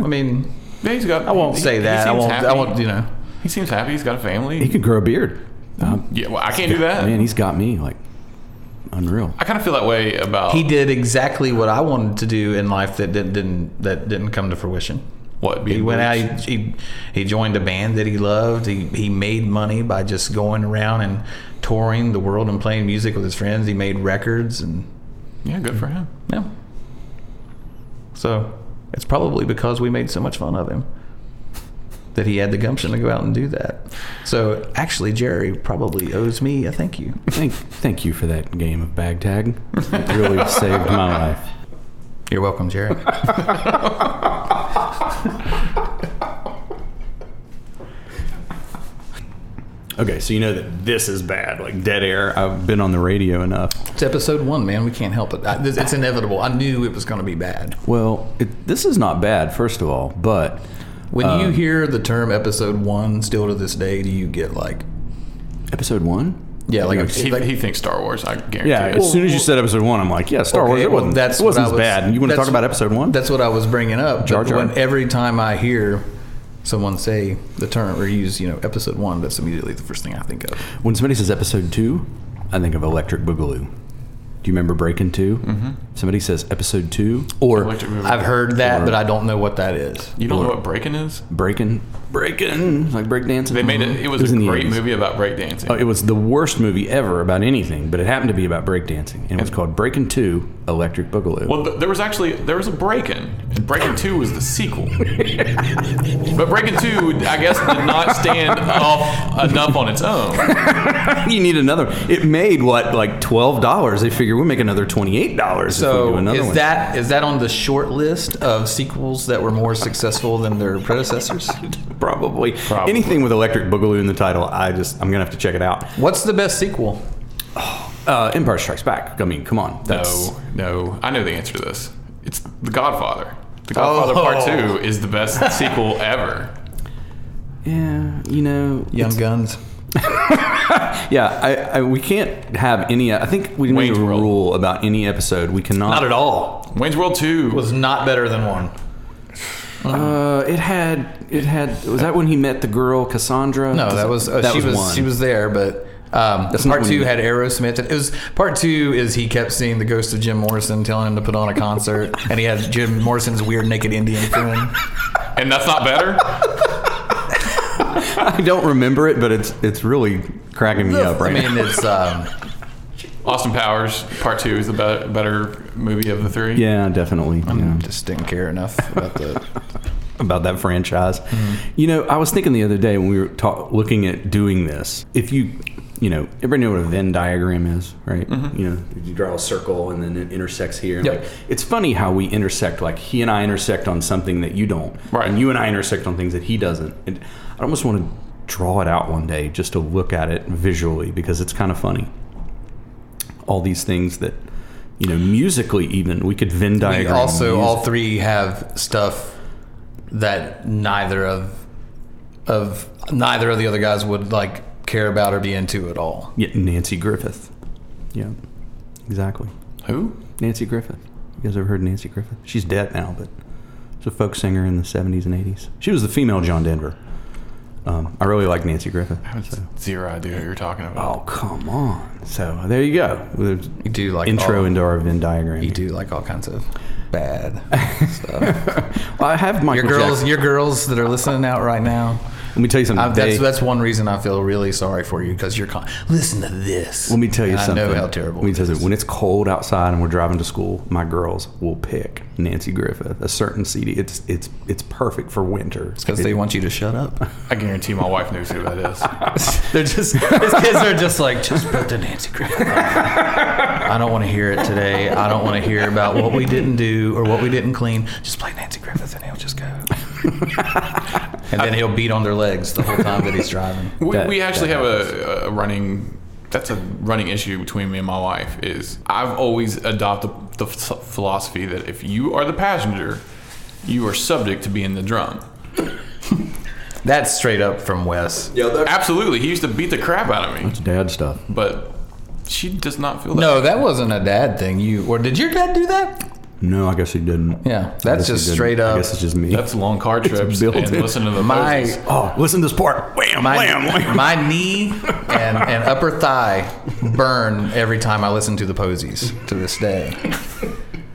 Speaker 4: mean,
Speaker 6: Yeah, he's got,
Speaker 4: I won't
Speaker 6: he-
Speaker 4: say
Speaker 6: he
Speaker 4: that. I
Speaker 6: seems
Speaker 4: won't.
Speaker 6: Happy.
Speaker 4: I won't. You know,
Speaker 6: He seems happy. He's got a family.
Speaker 7: He could grow a beard. Um,
Speaker 6: yeah, well, I can't do that.
Speaker 7: Man, he's got me like unreal.
Speaker 6: I kind of feel that way about
Speaker 4: he did exactly what I wanted to do in life that didn't, didn't that didn't come to fruition.
Speaker 6: what being
Speaker 4: He went out.
Speaker 6: rich.
Speaker 4: He, he he joined a band that he loved. He he made money by just going around and touring the world and playing music with his friends. He made records and
Speaker 6: Yeah, good for him.
Speaker 4: yeah. So it's probably because we made so much fun of him that he had the gumption to go out and do that. So actually, Jerry probably owes me a thank you.
Speaker 7: Thank, thank you for that game of bag tag.
Speaker 4: [laughs]
Speaker 7: It really saved my life.
Speaker 4: You're welcome, Jerry.
Speaker 7: Okay, so you know that this is bad, like dead air. I've been on the radio enough.
Speaker 4: [laughs] it's episode one, man. We can't help it. I, this- it's inevitable. I knew it was going to be bad.
Speaker 7: Well, it, this is not bad, first of all, but
Speaker 4: When you hear the term episode one, still to this day, do you get like,
Speaker 7: episode one.
Speaker 4: yeah, like,
Speaker 7: Like,
Speaker 6: He,
Speaker 4: like-
Speaker 6: he thinks Star Wars. I guarantee.
Speaker 7: Yeah,
Speaker 6: it.
Speaker 7: as soon as you said episode one, I'm like, yeah, Star
Speaker 4: Okay,
Speaker 7: Wars. It
Speaker 4: well,
Speaker 7: wasn't.
Speaker 4: that's
Speaker 7: it wasn't
Speaker 4: what
Speaker 7: as
Speaker 4: I was-
Speaker 7: bad. And you want to
Speaker 4: that's-
Speaker 7: talk about episode one?
Speaker 4: That's what I was bringing up.
Speaker 7: Jar
Speaker 4: But
Speaker 7: Jar.
Speaker 4: When every time I hear someone say the term or use, you know, episode one, that's immediately the first thing I think of.
Speaker 7: When somebody says episode two, I think of Electric Boogaloo. Do you remember Breaking 2 Mm-hmm. Somebody says episode two or
Speaker 6: Electric Boogaloo.
Speaker 4: I've heard that, but I don't know what that is.
Speaker 6: you don't know what breaking is.
Speaker 7: Breaking, Breaking, like breakdancing.
Speaker 6: They made it. It was,
Speaker 7: Mm-hmm. in
Speaker 6: a
Speaker 7: the
Speaker 6: great
Speaker 7: 80s.
Speaker 6: movie about breakdancing.
Speaker 7: Oh, it was the worst movie ever about anything, but it happened to be about breakdancing, and it was called Breaking Two: Electric Boogaloo.
Speaker 6: Well, th- there was actually there was a Breakin, and Breakin Two was the sequel. but Breakin Two, I guess, did not stand up enough on its own.
Speaker 7: you need another. It made what like twelve dollars. They figure we'll make another twenty-eight dollars if we do
Speaker 4: So
Speaker 7: another
Speaker 4: is
Speaker 7: one.
Speaker 4: that is that on the short list of sequels that were more successful than their [laughs] predecessors?
Speaker 7: probably. anything with Electric Boogaloo in the title? I just I'm gonna have to check it out.
Speaker 4: What's the best sequel?
Speaker 7: Uh, Empire Strikes Back. I mean, come on. That's
Speaker 6: No, no, I know the answer to this. It's The Godfather. The Godfather Part Two is the best sequel ever.
Speaker 7: yeah. You know,
Speaker 4: Young Guns.
Speaker 7: yeah. I, I we can't have any. I think we made
Speaker 6: Wayne's
Speaker 7: a
Speaker 6: World.
Speaker 7: rule about any episode. We cannot.
Speaker 4: Not at all.
Speaker 6: Wayne's World Two
Speaker 4: Was not better than one.
Speaker 7: Uh, it had it had was that when he met the girl Cassandra?
Speaker 4: No, that was uh, she was,
Speaker 7: one.
Speaker 4: she was there, but um,
Speaker 7: not
Speaker 4: part
Speaker 7: when
Speaker 4: two
Speaker 7: you-
Speaker 4: had Aerosmith. It was part two is he kept seeing the ghost of Jim Morrison, telling him to put on a concert, and he had Jim Morrison's weird naked Indian [laughs] friend.
Speaker 6: and that's not better.
Speaker 7: [laughs] I don't remember it, but it's it's really cracking me up
Speaker 4: I
Speaker 7: right now.
Speaker 4: mean, it's um,
Speaker 6: Austin Powers Part Two is the be- better movie of the three.
Speaker 7: Yeah, definitely. yeah.
Speaker 4: just didn't care enough about the.
Speaker 7: About that franchise.
Speaker 4: Mm-hmm.
Speaker 7: You know, I was thinking the other day when we were talk, looking at doing this. If you, you know, everybody know what a Venn diagram is, right? You know, you draw a circle and then it intersects here.
Speaker 4: Mm-hmm. Yep.
Speaker 7: Like, it's funny how we intersect. Like he and I intersect on something that you don't,
Speaker 6: Right.
Speaker 7: And you and I intersect on things that he doesn't. And I almost want to draw it out one day just to look at it visually because it's kind of funny. all these things that you know musically even we could Venn
Speaker 4: We
Speaker 7: diagram.
Speaker 4: also
Speaker 7: music.
Speaker 4: all three have stuff that neither of of neither of the other guys would like care about or be into at all.
Speaker 7: yeah, Nancy Griffith. Yeah, exactly.
Speaker 6: Who?
Speaker 7: Nancy Griffith. You guys ever heard of Nancy Griffith? She's dead now, but she's a folk singer in the '70s and '80s. She was the female John Denver. Um, I really like Nancy Griffith. so-
Speaker 6: Zero idea who you're talking about.
Speaker 7: Oh come on! So there you go. There's
Speaker 4: You do like
Speaker 7: intro
Speaker 4: all,
Speaker 7: into our Venn diagram.
Speaker 4: you do like all kinds of bad.
Speaker 7: [laughs] Well, I have Michael
Speaker 4: Your girls,
Speaker 7: Jackson.
Speaker 4: your girls that are listening out right now.
Speaker 7: Let me tell you something.
Speaker 4: I, that's
Speaker 7: They-
Speaker 4: that's one reason I feel really sorry for you because you're. Con- Listen to this.
Speaker 7: Let me tell you
Speaker 4: And
Speaker 7: something.
Speaker 4: I know how terrible.
Speaker 7: Let me
Speaker 4: it
Speaker 7: tell you
Speaker 4: is.
Speaker 7: something. When it's cold outside and we're driving to school, my girls will pick Nancy Griffith, a certain CD. It's it's it's perfect for winter.
Speaker 4: because they want you to shut up.
Speaker 6: I guarantee my wife knows who that
Speaker 7: [laughs]
Speaker 4: [laughs]
Speaker 6: is.
Speaker 4: They're just his kids are just like just put the Nancy Griffith. on." I don't want to hear it today. I don't want to hear about what we didn't do or what we didn't clean. Just play Nancy Griffith and he'll just go.
Speaker 7: [laughs]
Speaker 4: and then he'll beat on their legs the whole time that he's driving.
Speaker 6: We,
Speaker 7: That-
Speaker 6: we actually
Speaker 7: that
Speaker 6: have a, a running. That's a running issue between me and my wife. Is I've always adopted the ph- philosophy that if you are the passenger, you are subject to being the drum.
Speaker 4: That's straight up from Wes.
Speaker 6: Absolutely, he used to beat the crap out of me,
Speaker 7: It's dad stuff.
Speaker 6: but she does not feel that.
Speaker 4: No, that wasn't a dad thing. You or did your dad do that?
Speaker 7: No, I guess he didn't.
Speaker 4: Yeah,
Speaker 7: I
Speaker 4: that's
Speaker 7: guess he
Speaker 4: just
Speaker 7: didn't.
Speaker 4: straight up.
Speaker 7: I guess it's just me.
Speaker 6: that's long car trips
Speaker 7: built
Speaker 6: and
Speaker 7: in.
Speaker 6: listening to the
Speaker 4: My-
Speaker 6: Moses.
Speaker 7: [laughs] oh, listen to this part. Wham,
Speaker 4: My,
Speaker 7: wham, wham.
Speaker 4: my knee and, and upper thigh burn every time I listen to the posies to this day.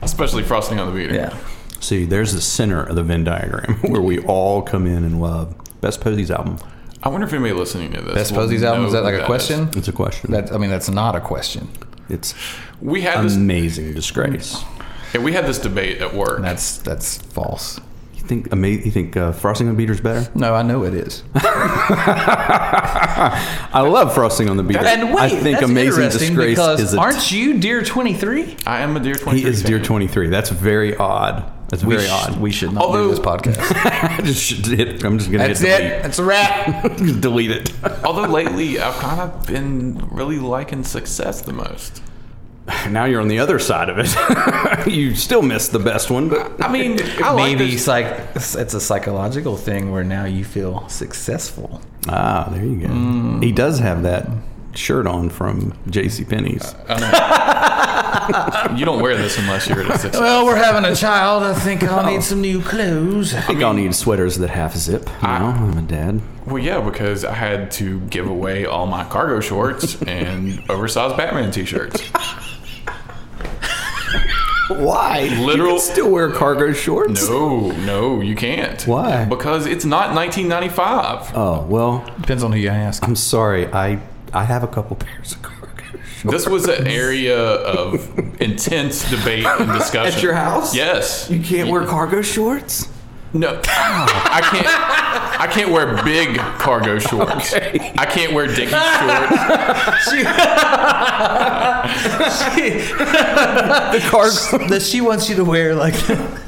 Speaker 6: especially frosting on the beater.
Speaker 4: Yeah.
Speaker 7: See, there's the center of the Venn diagram [laughs] where we all come in and love. Best Posies album.
Speaker 6: I wonder if anybody listening to this.
Speaker 4: Best
Speaker 6: will
Speaker 4: Posies album?
Speaker 6: know
Speaker 4: Is that like
Speaker 6: who
Speaker 4: a
Speaker 6: is.
Speaker 4: question?
Speaker 7: It's a question.
Speaker 4: That I mean, that's not a question.
Speaker 7: it's
Speaker 6: We had this.
Speaker 7: amazing disgrace.
Speaker 6: yeah, we had this debate at work.
Speaker 4: That's that's false.
Speaker 7: You think ama- you think uh, Frosting on the Beater's better?
Speaker 4: No, I know it [laughs] is.
Speaker 7: I love Frosting on the Beater. I think Amazing Disgrace is a
Speaker 4: aren't you Deer Twenty Three?
Speaker 6: I am a dear twenty.
Speaker 7: He is dear 23. That's very odd. That's very odd.
Speaker 4: We should not
Speaker 6: Although-
Speaker 4: do this podcast.
Speaker 7: [laughs] I just should hit, I'm just gonna
Speaker 4: that's it.
Speaker 7: hit delete.
Speaker 4: That's a wrap.
Speaker 7: Just [laughs] delete it.
Speaker 6: Although lately I've kind of been really liking success the most.
Speaker 7: now you're on the other side of it. [laughs] you still missed the best one, but
Speaker 6: I [laughs] mean, I like
Speaker 4: Maybe
Speaker 6: this-
Speaker 4: psych. It's a psychological thing where now you feel successful.
Speaker 7: ah, there you go.
Speaker 6: Mm.
Speaker 7: He does have that shirt on from J.C. Penney's.
Speaker 6: you don't wear this unless you're at a success.
Speaker 4: Well, Oh, we're having a child. I think I'll need some new clothes.
Speaker 7: I think I'll need sweaters that half zip. You know, I'm a dad.
Speaker 6: Well, yeah, because I had to give away all my cargo shorts and [laughs] oversized Batman [laughs] t-shirts.
Speaker 7: Why?
Speaker 6: Literal-
Speaker 7: You can still wear cargo shorts?
Speaker 6: No, no, you can't.
Speaker 7: Why?
Speaker 6: Because it's not 1995.
Speaker 7: Oh well,
Speaker 4: Depends on who you ask.
Speaker 7: I'm sorry. I I have a couple pairs of cargo shorts.
Speaker 6: This was an area of intense debate and discussion.
Speaker 7: At your house?
Speaker 6: Yes.
Speaker 7: You can't wear cargo shorts.
Speaker 6: No, I can't. I can't wear big cargo shorts. I can't wear dicky shorts.
Speaker 7: Cargo.
Speaker 4: That she wants you to wear like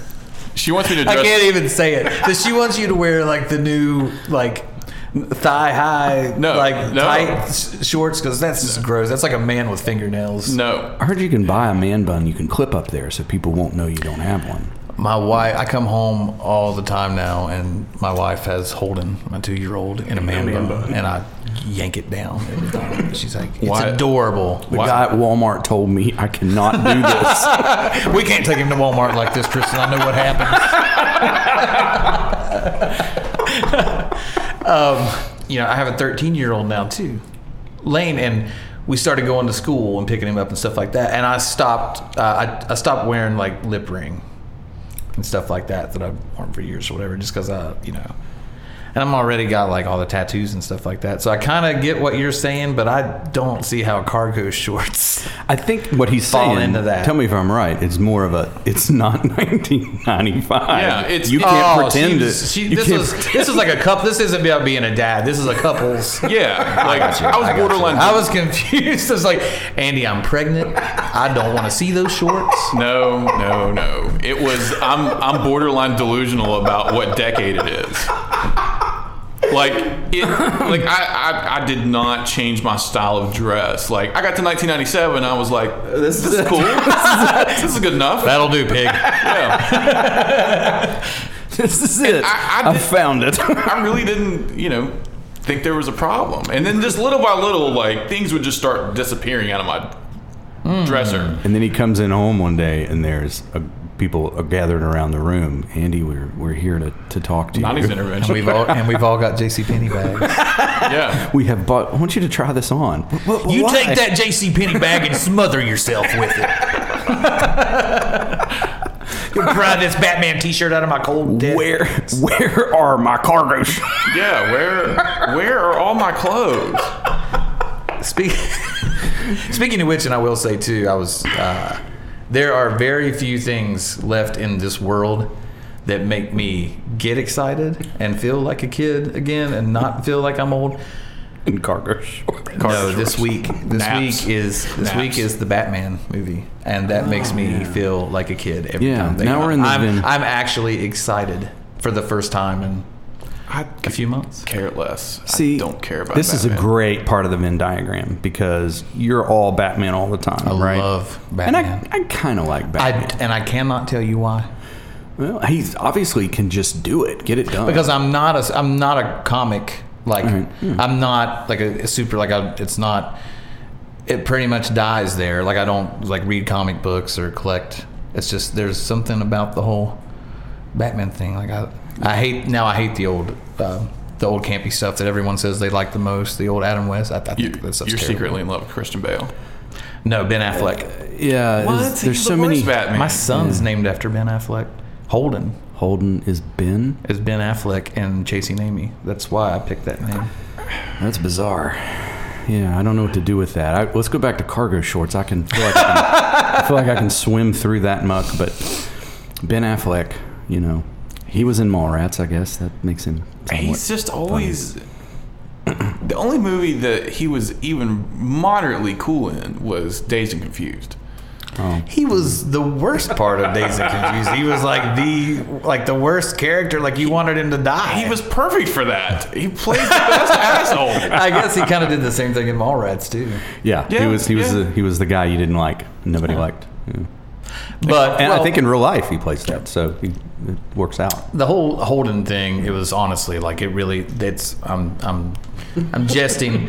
Speaker 4: [laughs]
Speaker 6: She wants me to dress.
Speaker 4: I can't even say it. Does she wants you to wear like the new like thigh high
Speaker 6: No,
Speaker 4: like
Speaker 6: no.
Speaker 4: tight s- shorts because that's just gross. That's like a man with fingernails.
Speaker 6: No,
Speaker 7: I heard you can buy a man bun you can clip up there so people won't know you don't have one.
Speaker 4: My wife, I come home all the time now, and my wife has Holden, my two-year-old, in a man, bun, and I yank it down every time. She's like, "It's
Speaker 6: Why-
Speaker 4: adorable."
Speaker 7: The guy at Walmart told me I cannot do
Speaker 6: [laughs]
Speaker 7: this.
Speaker 4: We can't take him to Walmart like this, Kristen. I know what happens. [laughs] um, you know, I have a 13 year old now, too, Lane, and we started going to school and picking him up and stuff like that. And I stopped, uh, I, I stopped wearing like lip ring and stuff like that that I've worn for years or whatever, just because I, you know. And I'm already got like all the tattoos and stuff like that. So I kind of get what you're saying, but I don't see how cargo [laughs] shorts.
Speaker 7: I think what he's
Speaker 4: Fall
Speaker 7: saying.
Speaker 4: into that.
Speaker 7: Tell me if I'm right. It's more of a. It's not [laughs] 1995.
Speaker 6: Yeah, it's-
Speaker 7: you can't
Speaker 4: Oh,
Speaker 7: pretend
Speaker 4: she,
Speaker 7: it.
Speaker 4: she-
Speaker 7: you
Speaker 4: this
Speaker 7: can't
Speaker 4: was this is like a couple. This isn't about being a dad. This is a couple's.
Speaker 6: [laughs] yeah, like I,
Speaker 4: got you,
Speaker 6: was
Speaker 4: got you.
Speaker 6: borderline.
Speaker 4: I was confused. [laughs] I was like, Andy, I'm pregnant. I don't want to see those shorts.
Speaker 6: No, no, no. It was. I'm. I'm borderline delusional about what decade it is. Like it. Like I. I, I did not change my style of dress. Like I got to 1997. I was like, this, is [laughs] cool. this is good enough.
Speaker 4: That'll do, pig.
Speaker 6: yeah.
Speaker 7: [laughs] this is it.
Speaker 6: I- I
Speaker 7: I
Speaker 6: did-
Speaker 7: found it. [laughs]
Speaker 6: I really didn't, you know, think there was a problem. And then just little by little, like things would just start disappearing out of my
Speaker 4: Hmm.
Speaker 6: dresser.
Speaker 7: And then he comes in home one day, and there's a, people are gathered around the room. Andy, we're we're here to, to talk to
Speaker 4: [laughs]
Speaker 6: Not
Speaker 7: you.
Speaker 6: his intervention.
Speaker 4: We've all and we've all got J.C. Penney
Speaker 7: [laughs]
Speaker 4: bags.
Speaker 6: yeah.
Speaker 7: We have bought. I want you to try this on.
Speaker 4: You take that
Speaker 6: [laughs]
Speaker 4: J.C. Penney bag and smother yourself with it. pry this Batman T-shirt out of my cold dead.
Speaker 7: Where where are my cargo sh-
Speaker 6: Yeah, where where are all my clothes?
Speaker 4: Speak, [laughs] speaking of which, and I will say too, I was uh, there are very few things left in this world that make me get excited and feel like a kid again and not feel like I'm old.
Speaker 7: in cargo shorts?
Speaker 4: no, this week, this
Speaker 6: Naps.
Speaker 4: week is this
Speaker 6: Naps. Oh,
Speaker 4: week is the Batman movie, and that makes me feel like a kid every
Speaker 7: Yeah,
Speaker 4: time. they
Speaker 7: now
Speaker 4: come
Speaker 7: we're
Speaker 4: out.
Speaker 7: in the
Speaker 4: I'm,
Speaker 7: vin-
Speaker 4: I'm actually excited for the first time in
Speaker 6: I
Speaker 4: a few months.
Speaker 6: care less.
Speaker 7: See,
Speaker 6: I don't care about
Speaker 7: This is a
Speaker 6: Batman.
Speaker 7: great part of the Venn diagram because you're all Batman all the time,
Speaker 4: I
Speaker 7: right?
Speaker 4: love Batman.
Speaker 7: and I, I kind of like
Speaker 4: I,
Speaker 7: Batman.
Speaker 4: and I cannot tell you why.
Speaker 7: well, he's obviously can just do it, get it done.
Speaker 4: because I'm not a I'm not a comic like
Speaker 7: Right. Hmm.
Speaker 4: I'm not like a, super like I, it's not it pretty much dies there like I don't like read comic books or collect it's just there's something about the whole Batman thing like I I hate now I hate the old uh, the old campy stuff that everyone says they like the most the old Adam West I, I think
Speaker 6: You,
Speaker 4: that
Speaker 6: are
Speaker 4: stuff's terrible.
Speaker 6: secretly in love with Christian Bale.
Speaker 4: no Ben Affleck
Speaker 7: yeah, there's, there's
Speaker 6: He's the
Speaker 7: so many.
Speaker 6: worst Batman.
Speaker 4: my son's named after Ben Affleck Holden
Speaker 7: Holden is Ben.
Speaker 4: is Ben Affleck and Chasing Amy that's why I picked that name
Speaker 7: That's bizarre. Yeah, I don't know what to do with that. I, let's go back to cargo shorts. I can feel like I can, I feel like I can swim through that muck, but Ben Affleck, you know, he was in Mallrats. I guess that makes him.
Speaker 6: He's
Speaker 7: somewhat-
Speaker 6: just always. The only movie that he was even moderately cool in was Dazed and Confused.
Speaker 4: He was the worst part of Days and Confused. He was like the like the worst character. Like you wanted him to die.
Speaker 6: He was perfect for that. He plays the
Speaker 7: [laughs]
Speaker 6: best asshole.
Speaker 4: I guess he kind of did the same thing in Mallrats too.
Speaker 7: yeah, He
Speaker 6: Yeah,
Speaker 7: was. He was.
Speaker 6: yeah.
Speaker 7: The, he was the guy you didn't like. Nobody liked. Yeah.
Speaker 4: But
Speaker 7: And I
Speaker 4: well,
Speaker 7: think in real life he plays that, so he, it works out.
Speaker 4: the whole Holden thing, it was honestly like it really. That's I'm I'm I'm jesting.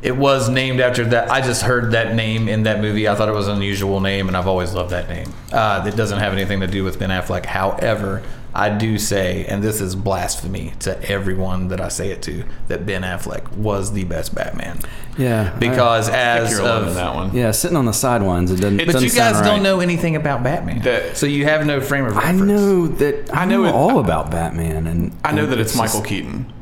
Speaker 4: It was named after that. I just heard that name in that movie. I thought it was an unusual name, and I've always loved that name. Uh, it doesn't have anything to do with Ben Affleck. However, I do say, and this is blasphemy to everyone that I say it to, that Ben Affleck was the best Batman.
Speaker 7: Yeah,
Speaker 4: Because as
Speaker 6: You're alone in
Speaker 4: of
Speaker 6: that one.
Speaker 7: yeah, sitting on the sidelines, it doesn't.
Speaker 6: But
Speaker 4: but
Speaker 7: doesn't
Speaker 4: you guys
Speaker 7: sound right.
Speaker 4: don't know anything about Batman,
Speaker 6: That-
Speaker 4: so you have no frame of
Speaker 7: I
Speaker 4: reference.
Speaker 7: know that.
Speaker 6: I
Speaker 7: I, know,
Speaker 6: know it-
Speaker 7: all about Batman, and
Speaker 6: I know that it's
Speaker 7: just-
Speaker 6: Michael Keaton.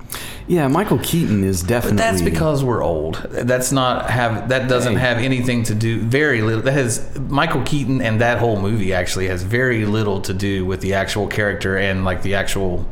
Speaker 7: Yeah, Michael Keaton is definitely.
Speaker 4: But that's because we're old. That's not have that doesn't
Speaker 7: Hey.
Speaker 4: have anything to do very little that has Michael Keaton and that whole movie actually has very little to do with the actual character and like the actual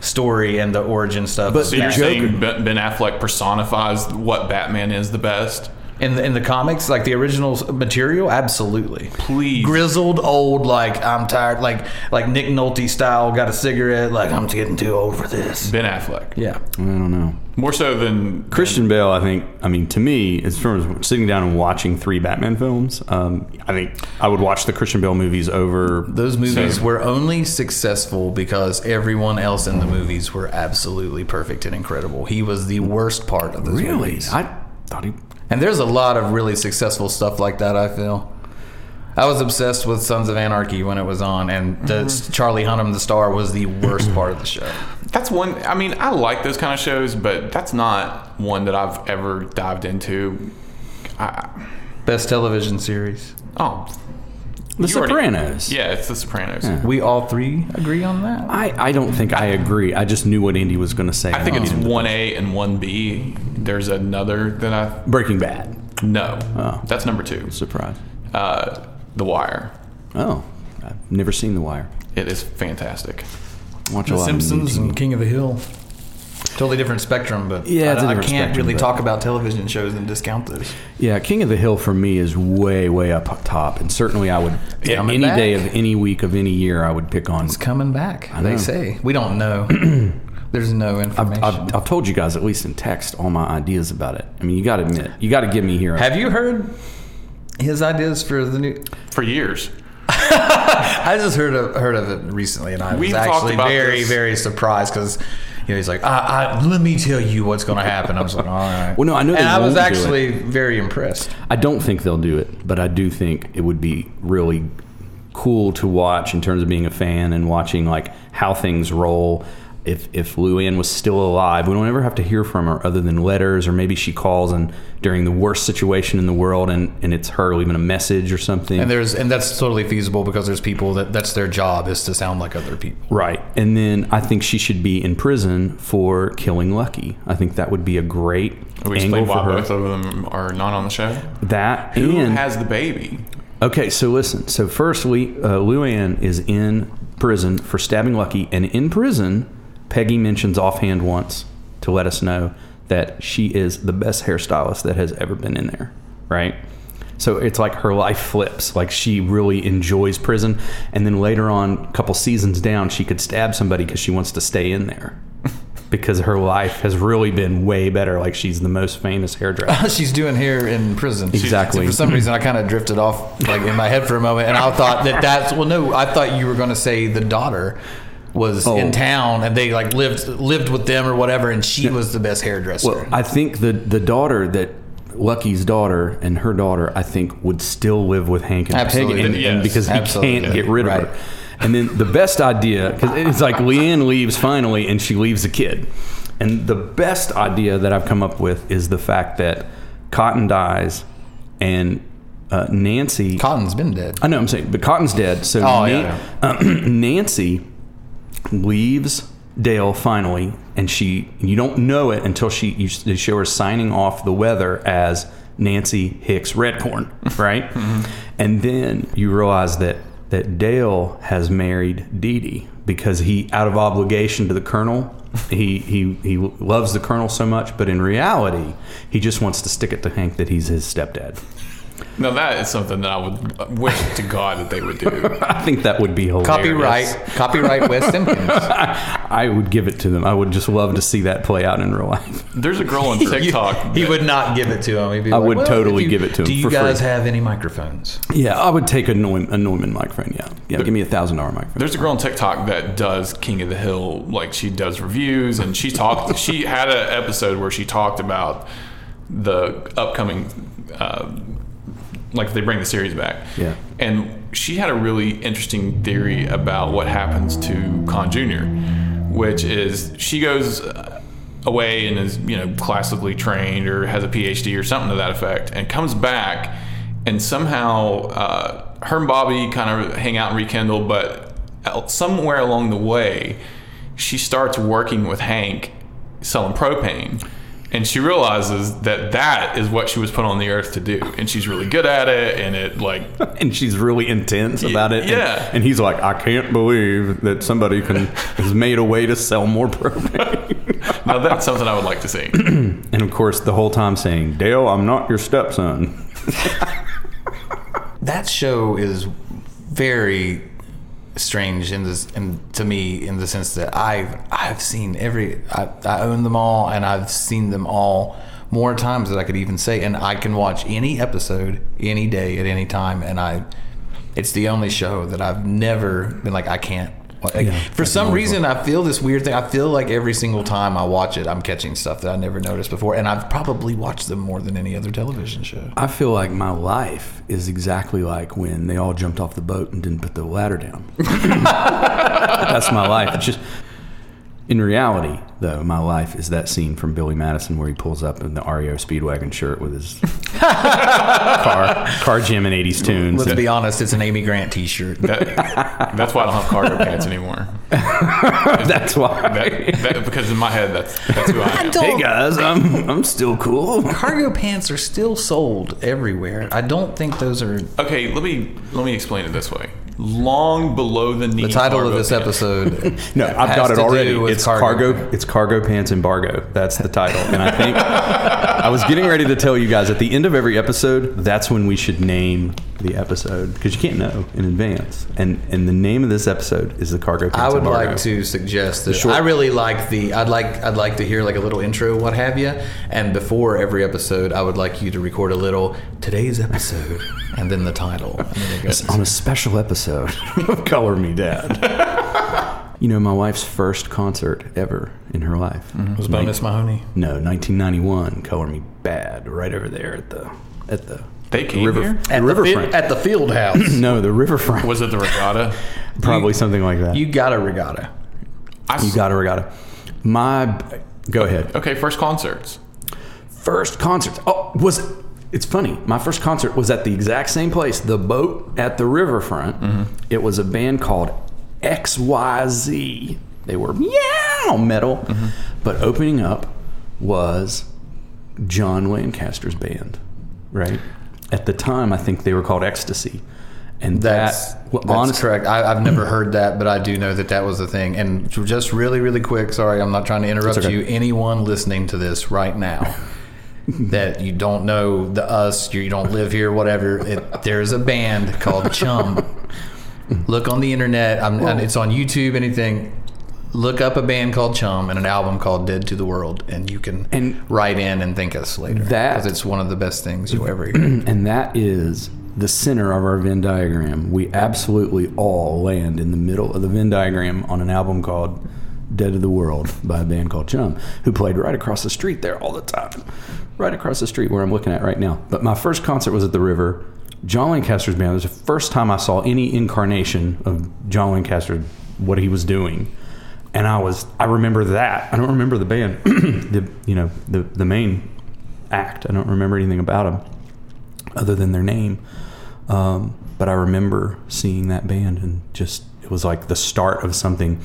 Speaker 4: story and the origin stuff.
Speaker 7: But
Speaker 4: of
Speaker 6: So you're
Speaker 4: Batman.
Speaker 6: saying Ben Ben Affleck personifies what Batman is the best?
Speaker 4: in the, in the comics, like the original s- material, absolutely.
Speaker 6: Please.
Speaker 4: grizzled old like I'm tired like like Nick Nolte style got a cigarette like I'm getting too old for this.
Speaker 6: Ben Affleck.
Speaker 4: Yeah.
Speaker 7: I don't know.
Speaker 6: More so than
Speaker 7: Christian Bale, I think. I mean, to me, as far as sitting down and watching three Batman films, um, I think I would watch the Christian Bale movies over.
Speaker 4: Those movies
Speaker 6: So-
Speaker 4: were only successful because everyone else in the movies were absolutely perfect and incredible. He was the worst part of those movies.
Speaker 7: I thought he.
Speaker 4: And there's a lot of really successful stuff like that, I feel. I was obsessed with Sons of Anarchy when it was on, and
Speaker 7: Mm-hmm.
Speaker 4: the, Charlie Hunnam, the star, was the
Speaker 7: [clears throat]
Speaker 4: worst part of the show.
Speaker 6: That's one. I mean, I like those kind of shows, but that's not one that I've ever dived into. I,
Speaker 4: Best television series.
Speaker 6: oh,
Speaker 7: The
Speaker 6: You already-
Speaker 7: Sopranos.
Speaker 6: yeah, it's The Sopranos.
Speaker 4: We all three agree on that.
Speaker 7: I, I don't think I agree. I just knew what Andy was going to say.
Speaker 6: I think
Speaker 7: Um,
Speaker 6: it's one A and one B. There's another that I
Speaker 7: Breaking Bad.
Speaker 6: no.
Speaker 7: Oh.
Speaker 6: That's number two.
Speaker 7: Surprise.
Speaker 6: Uh, the Wire.
Speaker 7: Oh, I've never seen The Wire.
Speaker 6: It is fantastic.
Speaker 7: Watch a
Speaker 4: The
Speaker 7: lot
Speaker 4: Simpsons
Speaker 7: of
Speaker 4: and King of the Hill. Totally different spectrum, but
Speaker 7: Yeah,
Speaker 4: I,
Speaker 7: it's a
Speaker 4: I can't
Speaker 7: different spectrum,
Speaker 4: really
Speaker 7: but-
Speaker 4: talk about television shows and discount those.
Speaker 7: Yeah, King of the Hill for me is way, way up top, and certainly I would
Speaker 4: Coming
Speaker 7: any
Speaker 4: back.
Speaker 7: day of any week of any year I would pick on.
Speaker 4: It's coming back.
Speaker 7: know.
Speaker 4: They say we don't know. [clears throat] There's no information.
Speaker 7: I've, I've told you guys at least in text all my ideas about it. I mean, you got to admit, you got to give me here.
Speaker 4: Have you heard his ideas for the new?
Speaker 6: For years,
Speaker 4: I just heard of, heard of it recently, and I was
Speaker 6: We've talked
Speaker 4: actually
Speaker 6: about
Speaker 4: very
Speaker 6: this.
Speaker 4: very surprised because you know he's like, I, I, let me tell you what's going to happen. I was like, all right.
Speaker 7: Well, no, I know they
Speaker 4: and I was
Speaker 7: won't do it.
Speaker 4: actually very impressed.
Speaker 7: I don't think they'll do it, but I do think it would be really cool to watch in terms of being a fan and watching like how things roll. if if Luann was still alive, we don't ever have to hear from her other than letters, or maybe she calls and during the worst situation in the world, and and it's her leaving a message or something.
Speaker 4: And there's and that's totally feasible because there's people that that's their job is to sound like other people.
Speaker 7: Right. And then I think she should be in prison for killing Lucky. I think that would be a great
Speaker 6: We
Speaker 7: angle
Speaker 6: explain
Speaker 7: for
Speaker 6: why
Speaker 7: her.
Speaker 6: both of them are not on the show.
Speaker 7: that
Speaker 6: Who
Speaker 7: and
Speaker 6: has the baby?
Speaker 7: okay. So listen. So firstly, uh, Luann is in prison for stabbing Lucky, and in prison, Peggy mentions offhand once to let us know that she is the best hairstylist that has ever been in there. Right. So it's like her life flips. Like she really enjoys prison, and then later on, a couple seasons down, she could stab somebody because she wants to stay in there. [laughs] Because her life has really been way better. Like she's the most famous
Speaker 4: [laughs]
Speaker 7: hairdresser.
Speaker 4: She's doing here in prison. She's-
Speaker 7: Exactly.
Speaker 4: for some reason, I kind of drifted off like in my head for a moment, and I thought that that's well, no, I thought you were going to say the daughter was
Speaker 7: Oh.
Speaker 4: in town and they like lived lived with them or whatever, and she was the best hairdresser.
Speaker 7: Well, I think the the daughter that Lucky's daughter and her daughter, I think, would still live with Hank and
Speaker 4: Absolutely.
Speaker 7: Peg, and, and
Speaker 6: Yes.
Speaker 7: because he
Speaker 4: Absolutely.
Speaker 7: can't get rid
Speaker 4: Right.
Speaker 7: of her. And then the best idea, because it's like Leanne leaves finally, and she leaves a kid. And the best idea that I've come up with is the fact that Cotton dies, and uh, Nancy.
Speaker 4: Cotton's been dead.
Speaker 7: I know I'm saying, but Cotton's dead. So
Speaker 4: Oh, yeah,
Speaker 7: [clears throat] Nancy leaves Dale finally, and she you don't know it until she you, they show her signing off the weather as Nancy
Speaker 4: [laughs]
Speaker 7: Hicks Redcorn, right?
Speaker 4: Mm-hmm.
Speaker 7: And then you realize that that Dale has married Dee Dee because he out of obligation to the colonel. He, he he loves the colonel so much, but in reality, he just wants to stick it to Hank that he's his stepdad. [laughs]
Speaker 6: Now that is something that I would wish to God that they would do.
Speaker 7: I think that would be hilarious.
Speaker 4: Copyright, copyright
Speaker 7: [laughs]
Speaker 4: Wes Simpkins.
Speaker 7: I would give it to them. I would just love to see that play out in real life. [laughs]
Speaker 6: There's a girl on TikTok.
Speaker 4: He
Speaker 6: that-
Speaker 4: would not give it to him. He'd be
Speaker 7: I
Speaker 4: like,
Speaker 7: would
Speaker 4: "Well,
Speaker 7: totally
Speaker 4: if you-
Speaker 7: give it to him
Speaker 4: Do you
Speaker 7: for free."
Speaker 4: guys have any microphones?
Speaker 7: Yeah, I would take a, Norm, a Norman microphone. Yeah, yeah. Give me a thousand dollar microphone.
Speaker 6: There's a girl on TikTok that does King of the Hill, like she does reviews, and she talked. she had an episode where she talked about the upcoming, uh, like they bring the series back.
Speaker 7: Yeah.
Speaker 6: and she had a really interesting theory about what happens to Con Jr., which is she goes uh, away and is you know classically trained or has a PhD or something to that effect, and comes back, and somehow uh, her and Bobby kind of hang out and rekindle, but el- somewhere along the way, she starts working with Hank selling propane. And she realizes that that is what she was put on the earth to do, and she's really good at it. And it like
Speaker 7: And she's really intense about it. and-
Speaker 6: yeah.
Speaker 7: And, he's like, I can't believe that somebody can has made a way to sell more propane. [laughs]
Speaker 6: Now that's something I would like to see.
Speaker 7: and of course, the whole time saying, Dale, I'm not your stepson.
Speaker 4: That show is very strange in this, in, to me, in the sense that I've I've seen every I, I own them all, and I've seen them all more times than I could even say, and I can watch any episode any day at any time, and I it's the only show that I've never been like I can't. Like, for some reason, I feel this weird thing. I feel like every single time I watch it, I'm catching stuff that I never noticed before, and I've probably watched them more than any other television show.
Speaker 7: I feel like my life is exactly like when they all jumped off the boat and didn't put the
Speaker 4: [laughs]
Speaker 7: ladder down. That's my life. It's just in reality, though, my life is that scene from Billy Madison where he pulls up in the REO Speedwagon shirt
Speaker 4: [laughs]
Speaker 7: with his car car jam and eighties tunes.
Speaker 4: Let's be honest, it's an Amy Grant T-shirt.
Speaker 6: That- that's why I don't have cargo pants anymore.
Speaker 7: [laughs] That's why.
Speaker 6: That, that, because in my head, that's that's who I am.
Speaker 7: Hey guys, I'm I'm still cool.
Speaker 4: Cargo pants are still sold everywhere. I don't think those are.
Speaker 6: Okay, let me let me explain it this way. Long below the knee.
Speaker 4: The title of
Speaker 6: cargo
Speaker 4: this [laughs]
Speaker 6: pants.
Speaker 4: episode.
Speaker 7: No, I've
Speaker 4: has
Speaker 7: got
Speaker 4: to
Speaker 7: it
Speaker 4: do
Speaker 7: already.
Speaker 4: with
Speaker 7: It's cargo. It's cargo pants embargo. That's the title. And I think I was getting ready to tell you guys at the end of every episode. That's when we should name the episode because you can't know in advance. And and the name of this episode is the cargo.
Speaker 4: I
Speaker 7: Pants
Speaker 4: would
Speaker 7: embargo.
Speaker 4: like to suggest that
Speaker 7: short-
Speaker 4: I really like the. I'd like. I'd like to hear like a little intro, what have you, and before every episode, I would like you to record a little today's episode, and then the title. And then it goes.
Speaker 7: on a special episode [laughs] of Color Me Dad. you know, my wife's first concert ever in her life
Speaker 4: Mm-hmm. was bonus Mahoney.
Speaker 7: No, 1991. Color Me Bad. Right over there at the at the.
Speaker 6: They came
Speaker 7: river,
Speaker 6: here?
Speaker 7: the riverfront.
Speaker 4: at the field house.
Speaker 7: [clears throat] no, the riverfront.
Speaker 6: Was it the regatta?
Speaker 7: Probably something like that.
Speaker 4: you got a regatta.
Speaker 6: I
Speaker 7: You got it, regatta. My, go ahead.
Speaker 6: Okay, first concerts.
Speaker 7: First concert. Oh, was it's funny. My first concert was at the exact same place, the boat at the riverfront.
Speaker 4: Mm-hmm.
Speaker 7: It was a band called XYZ. They were meow metal,
Speaker 4: Mm-hmm.
Speaker 7: but opening up was John Lancaster's band, right? At the time, I think they were called Ecstasy, and
Speaker 4: That's,
Speaker 7: that well,
Speaker 4: that's
Speaker 7: honestly,
Speaker 4: correct. I, I've
Speaker 7: [clears throat]
Speaker 4: never heard that, but I do know that that was a thing. And j- just really, really quick. Sorry, I'm not trying to interrupt
Speaker 7: okay.
Speaker 4: you. Anyone listening to this right
Speaker 7: [laughs]
Speaker 4: now that you don't know the us, you, you don't live here, whatever. It, there's a band called
Speaker 7: [laughs]
Speaker 4: Chum. Look on the internet. I'm, and it's on YouTube. Anything. Look up a band called Chum and an album called Dead to the World, and you can
Speaker 7: And-
Speaker 4: write in and thank us later.
Speaker 7: That-
Speaker 4: because it's one of the best things you'll ever
Speaker 7: [clears throat]
Speaker 4: hear.
Speaker 7: and that is the center of our Venn diagram. We absolutely all land in the middle of the Venn diagram on an album called Dead of the World by a band called Chum, who played right across the street there all the time. Right across the street where I'm looking at right now. But my first concert was at the river. John Lancaster's band. It was the first time I saw any incarnation of John Lancaster, what he was doing. And I was I remember that. I don't remember the band, [clears throat] the you know, the, the main act. I don't remember anything about him other than their name. Um, but I remember seeing that band and just it was like the start of something.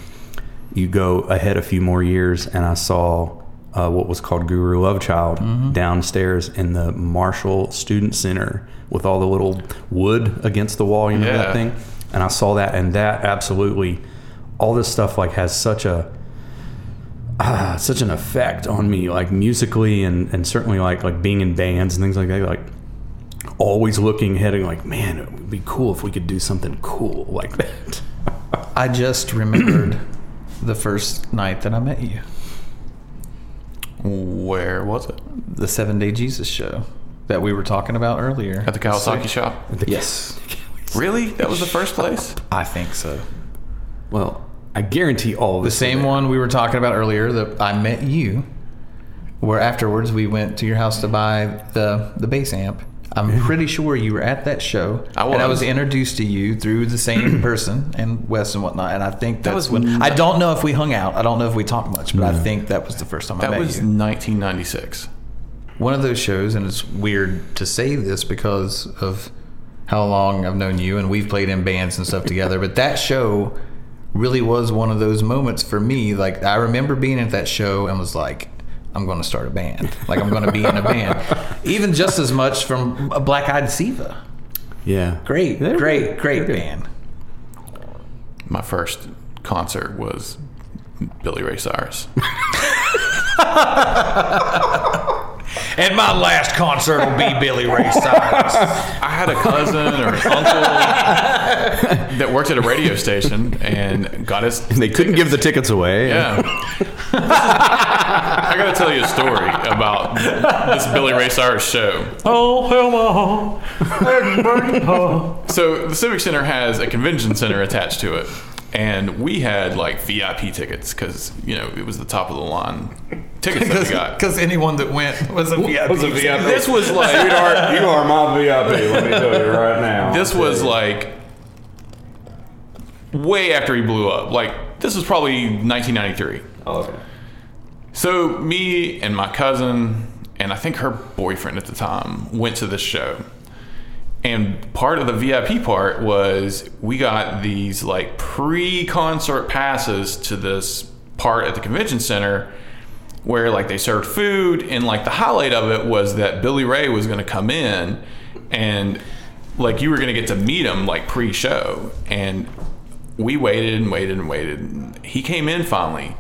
Speaker 7: You go ahead a few more years, and I saw uh, what was called Guru Love Child downstairs in the Marshall Student Center with all the little wood against the wall, you know that
Speaker 6: Yeah.
Speaker 7: thing. And I saw that, and that absolutely, all this stuff like has such a uh, such an effect on me, like musically and, and certainly like like being in bands and things like that. Like always looking ahead and like, man, it would be cool if we could do something cool like that.
Speaker 4: I just remembered the first night that I met you.
Speaker 6: Where was it?
Speaker 4: the Seven Day Jesus show that we were talking about earlier.
Speaker 6: At the Kawasaki shop.
Speaker 4: Yes,
Speaker 6: Really? That was the first place?
Speaker 4: I think so.
Speaker 7: Well, I guarantee all of
Speaker 4: The
Speaker 7: this.
Speaker 4: same one we were talking about earlier that I met you, where afterwards we went to your house to buy the the bass amp. I'm pretty sure you were at that show,
Speaker 6: I
Speaker 4: and I
Speaker 6: was.
Speaker 4: was introduced to you through the
Speaker 6: [clears throat]
Speaker 4: same person and Wes and whatnot. And I think that's
Speaker 6: was
Speaker 4: when I don't know if we hung out. I don't know if we talked much, but I think that was the first time I
Speaker 6: That
Speaker 4: met
Speaker 6: was
Speaker 4: you.
Speaker 6: 1996.
Speaker 4: one of those shows, and it's weird to say this because of how long I've known you and we've played in bands and stuff together, but that show really was one of those moments for me. Like, I remember being at that show and was like, I'm going to start a band. Like, I'm going to be in a [laughs] band. Even just as much from Black Eyed Siva.
Speaker 7: Yeah.
Speaker 4: Great,
Speaker 7: They're
Speaker 4: great,
Speaker 7: good.
Speaker 4: great
Speaker 7: They're good.
Speaker 4: band.
Speaker 6: My first concert was Billy Ray Cyrus.
Speaker 4: And my last concert will be Billy Ray [laughs] Cyrus.
Speaker 6: I had a cousin or uncle that worked at a radio station and got us.
Speaker 2: They couldn't give the tickets away.
Speaker 6: Yeah. I got to tell you a story about this Billy Ray Cyrus show.
Speaker 8: Oh, hello.
Speaker 6: So the Civic Center has a convention center attached to it, and we had like VIP tickets because you know it was the top of the line tickets that we [laughs] got.
Speaker 4: Because anyone that went was a VIP.
Speaker 6: This was like
Speaker 8: Sweetheart, you are my VIP, let me tell you right now.
Speaker 6: this was like way after he blew up. Like this was probably 1993.
Speaker 8: Okay.
Speaker 6: So me and my cousin and I think her boyfriend at the time went to this show. And part of the VIP part was we got these like pre-concert passes to this part at the convention center where like they served food and like the highlight of it was that Billy Ray was going to come in and like you were going to get to meet him like pre-show and we waited and waited and waited and he came in finally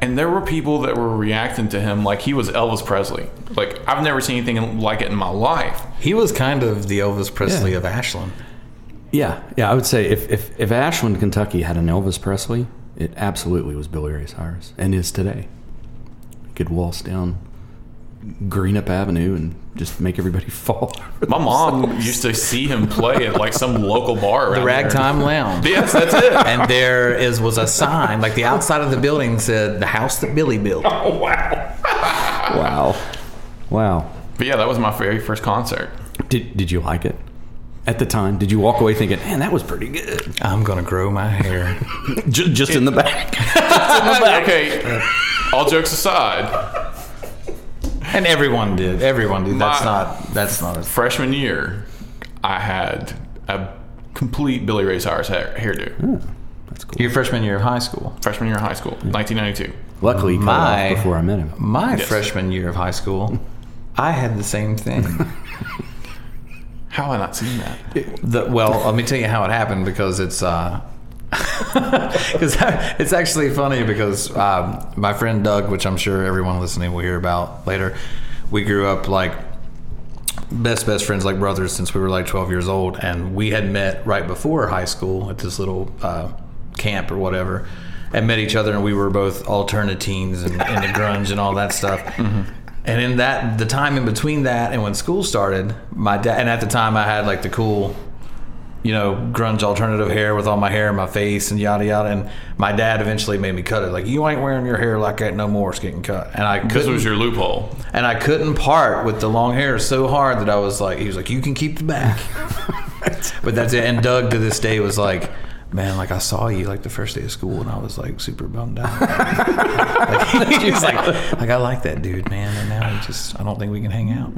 Speaker 6: and there were people that were reacting to him like he was Elvis Presley like I've never seen anything like it in my life
Speaker 4: He was kind of the Elvis Presley of Ashland.
Speaker 7: Yeah. Yeah. I would say if, if, if Ashland, Kentucky had an Elvis Presley, it absolutely was Billy Ray Cyrus and is today. You could waltz down Greenup Avenue and just make
Speaker 5: [laughs]
Speaker 7: everybody fall.
Speaker 6: my mom used to see him play at like some local bar around
Speaker 4: The Ragtime Lounge.
Speaker 6: there. [laughs] yes that's it
Speaker 4: and there is was a sign like the outside of the building said the house that billy built
Speaker 7: wow. Wow.
Speaker 6: but yeah that was my very first concert
Speaker 4: [laughs]
Speaker 7: Did, did you like it?
Speaker 5: At the time, did you walk away thinking, "Man, that was pretty good"?
Speaker 4: I'm gonna grow my hair.
Speaker 9: Ju- just in the back.
Speaker 6: okay. All jokes aside,
Speaker 4: and everyone did. Everyone did. That's
Speaker 6: My-
Speaker 4: not. That's not. A,
Speaker 6: freshman year, I had a complete Billy Ray Cyrus hair,
Speaker 4: Hmm.
Speaker 6: hairdo.
Speaker 4: your freshman year of high school.
Speaker 6: Freshman year of high
Speaker 4: Hmm.
Speaker 6: school, 1992.
Speaker 5: Luckily, he cut it
Speaker 4: My-
Speaker 5: off before I met him.
Speaker 4: My
Speaker 6: Yes.
Speaker 4: freshman year of high school, I had the same
Speaker 6: [laughs]
Speaker 4: thing.
Speaker 6: How have I not seen that?
Speaker 4: the, well, let me tell you how it happened because it's [laughs] because [laughs] it's actually funny because um, my friend Doug, which I'm sure everyone listening will hear about later, we grew up like best best friends like brothers since we were like 12 years old and we had met right before high school at this little uh, camp or whatever and met each other and we were both alternate teens and into grunge and all that
Speaker 6: [laughs]
Speaker 4: stuff
Speaker 6: Mm-hmm.
Speaker 4: and in that the time in between that and when school started my dad and at the time i had like the cool you know, grunge alternative hair with all my hair in my face and yada yada. And my dad eventually made me cut it. Like, you ain't wearing your hair like that no more. It's getting cut. And I
Speaker 6: This
Speaker 4: couldn't,
Speaker 6: was your loophole.
Speaker 4: and I couldn't part with the long hair so hard that I was like, he was like, you can keep the
Speaker 6: [laughs]
Speaker 4: back. but that's it. And Doug to this day was like, man, like I saw you like the first day of school and I was like super bummed out.
Speaker 6: [laughs]
Speaker 4: like, [laughs] he was like, like I like that dude, man. And now I just, I don't think we can hang
Speaker 6: [laughs]
Speaker 4: out.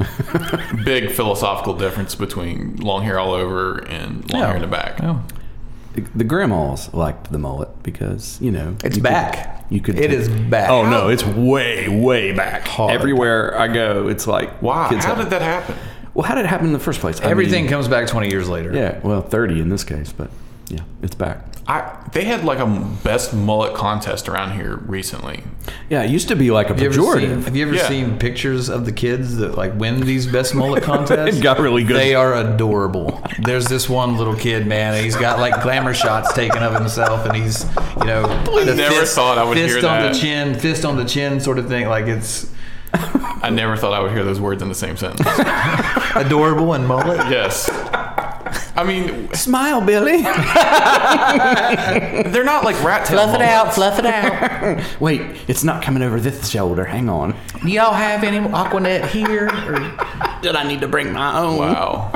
Speaker 6: Big philosophical difference between long hair all over and long
Speaker 4: Yeah.
Speaker 6: hair in the back.
Speaker 5: The, the grandmas liked the mullet because you know
Speaker 4: It's
Speaker 5: you could-
Speaker 4: back.
Speaker 5: you could.
Speaker 4: It is back.
Speaker 7: Oh no, it's way, way back.
Speaker 4: Hard.
Speaker 7: Everywhere I go, it's like
Speaker 6: Wow.
Speaker 7: kids
Speaker 6: How
Speaker 7: have-
Speaker 6: did that happen?
Speaker 5: Well, how did it happen in the first place? I
Speaker 4: Everything
Speaker 5: mean,
Speaker 4: comes back 20 years later.
Speaker 5: yeah. Well, thirty in this case, but yeah, it's back.
Speaker 6: I they had like a best mullet contest around here recently.
Speaker 5: Yeah, it used to be like a
Speaker 4: Have you ever seen,
Speaker 5: pejorative.
Speaker 4: have you ever
Speaker 6: Yeah.
Speaker 4: seen pictures of the kids that like win these best
Speaker 6: [laughs]
Speaker 4: mullet contests?
Speaker 7: It got really good.
Speaker 4: They are adorable. There's this one little kid, man. and He's got like glamour shots taken of himself, and he's you know the
Speaker 6: never thought I would
Speaker 4: fist
Speaker 6: hear
Speaker 4: on
Speaker 6: that.
Speaker 4: the chin, fist on the chin, sort of thing. Like it's
Speaker 6: I never thought I would hear those words in the same
Speaker 5: [laughs]
Speaker 6: sentence.
Speaker 4: adorable and mullet.
Speaker 6: yes. I mean,
Speaker 5: Smile, Billy.
Speaker 6: they're not like rat tail.
Speaker 5: Fluff it
Speaker 6: mullets.
Speaker 5: out, fluff it out. [laughs] Wait, it's not coming over this shoulder. Hang on.
Speaker 4: Do y'all have any Aquanet here? Or
Speaker 5: Did I need to bring my own
Speaker 6: Wow.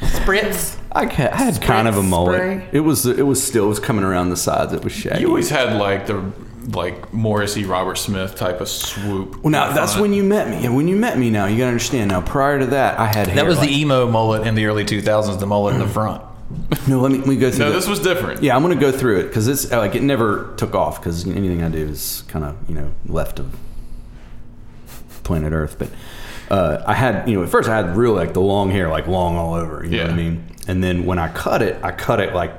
Speaker 5: spritz? I, ca- I had kind of a mullet.
Speaker 4: spray?
Speaker 5: It was it was still it was coming around the sides. It was shaggy.
Speaker 6: You always had like the like Morrissey, Robert Smith type of swoop.
Speaker 5: well, now that's when you met me. And when you met me, now you gotta understand. Now prior to that, I had hair.
Speaker 4: that was the
Speaker 5: like-
Speaker 4: emo mullet in the early 2000s. The mullet in the front.
Speaker 5: no. Let me let me go through.
Speaker 6: No,
Speaker 5: the-
Speaker 6: this was different.
Speaker 5: Yeah, I'm gonna go through it because it's like it never took off because anything I do is kind of you know left of planet Earth. But uh, I had you know at first I had real like the long hair like long all over. You know what I
Speaker 6: Yeah.
Speaker 5: mean? And then when I cut it, I cut it like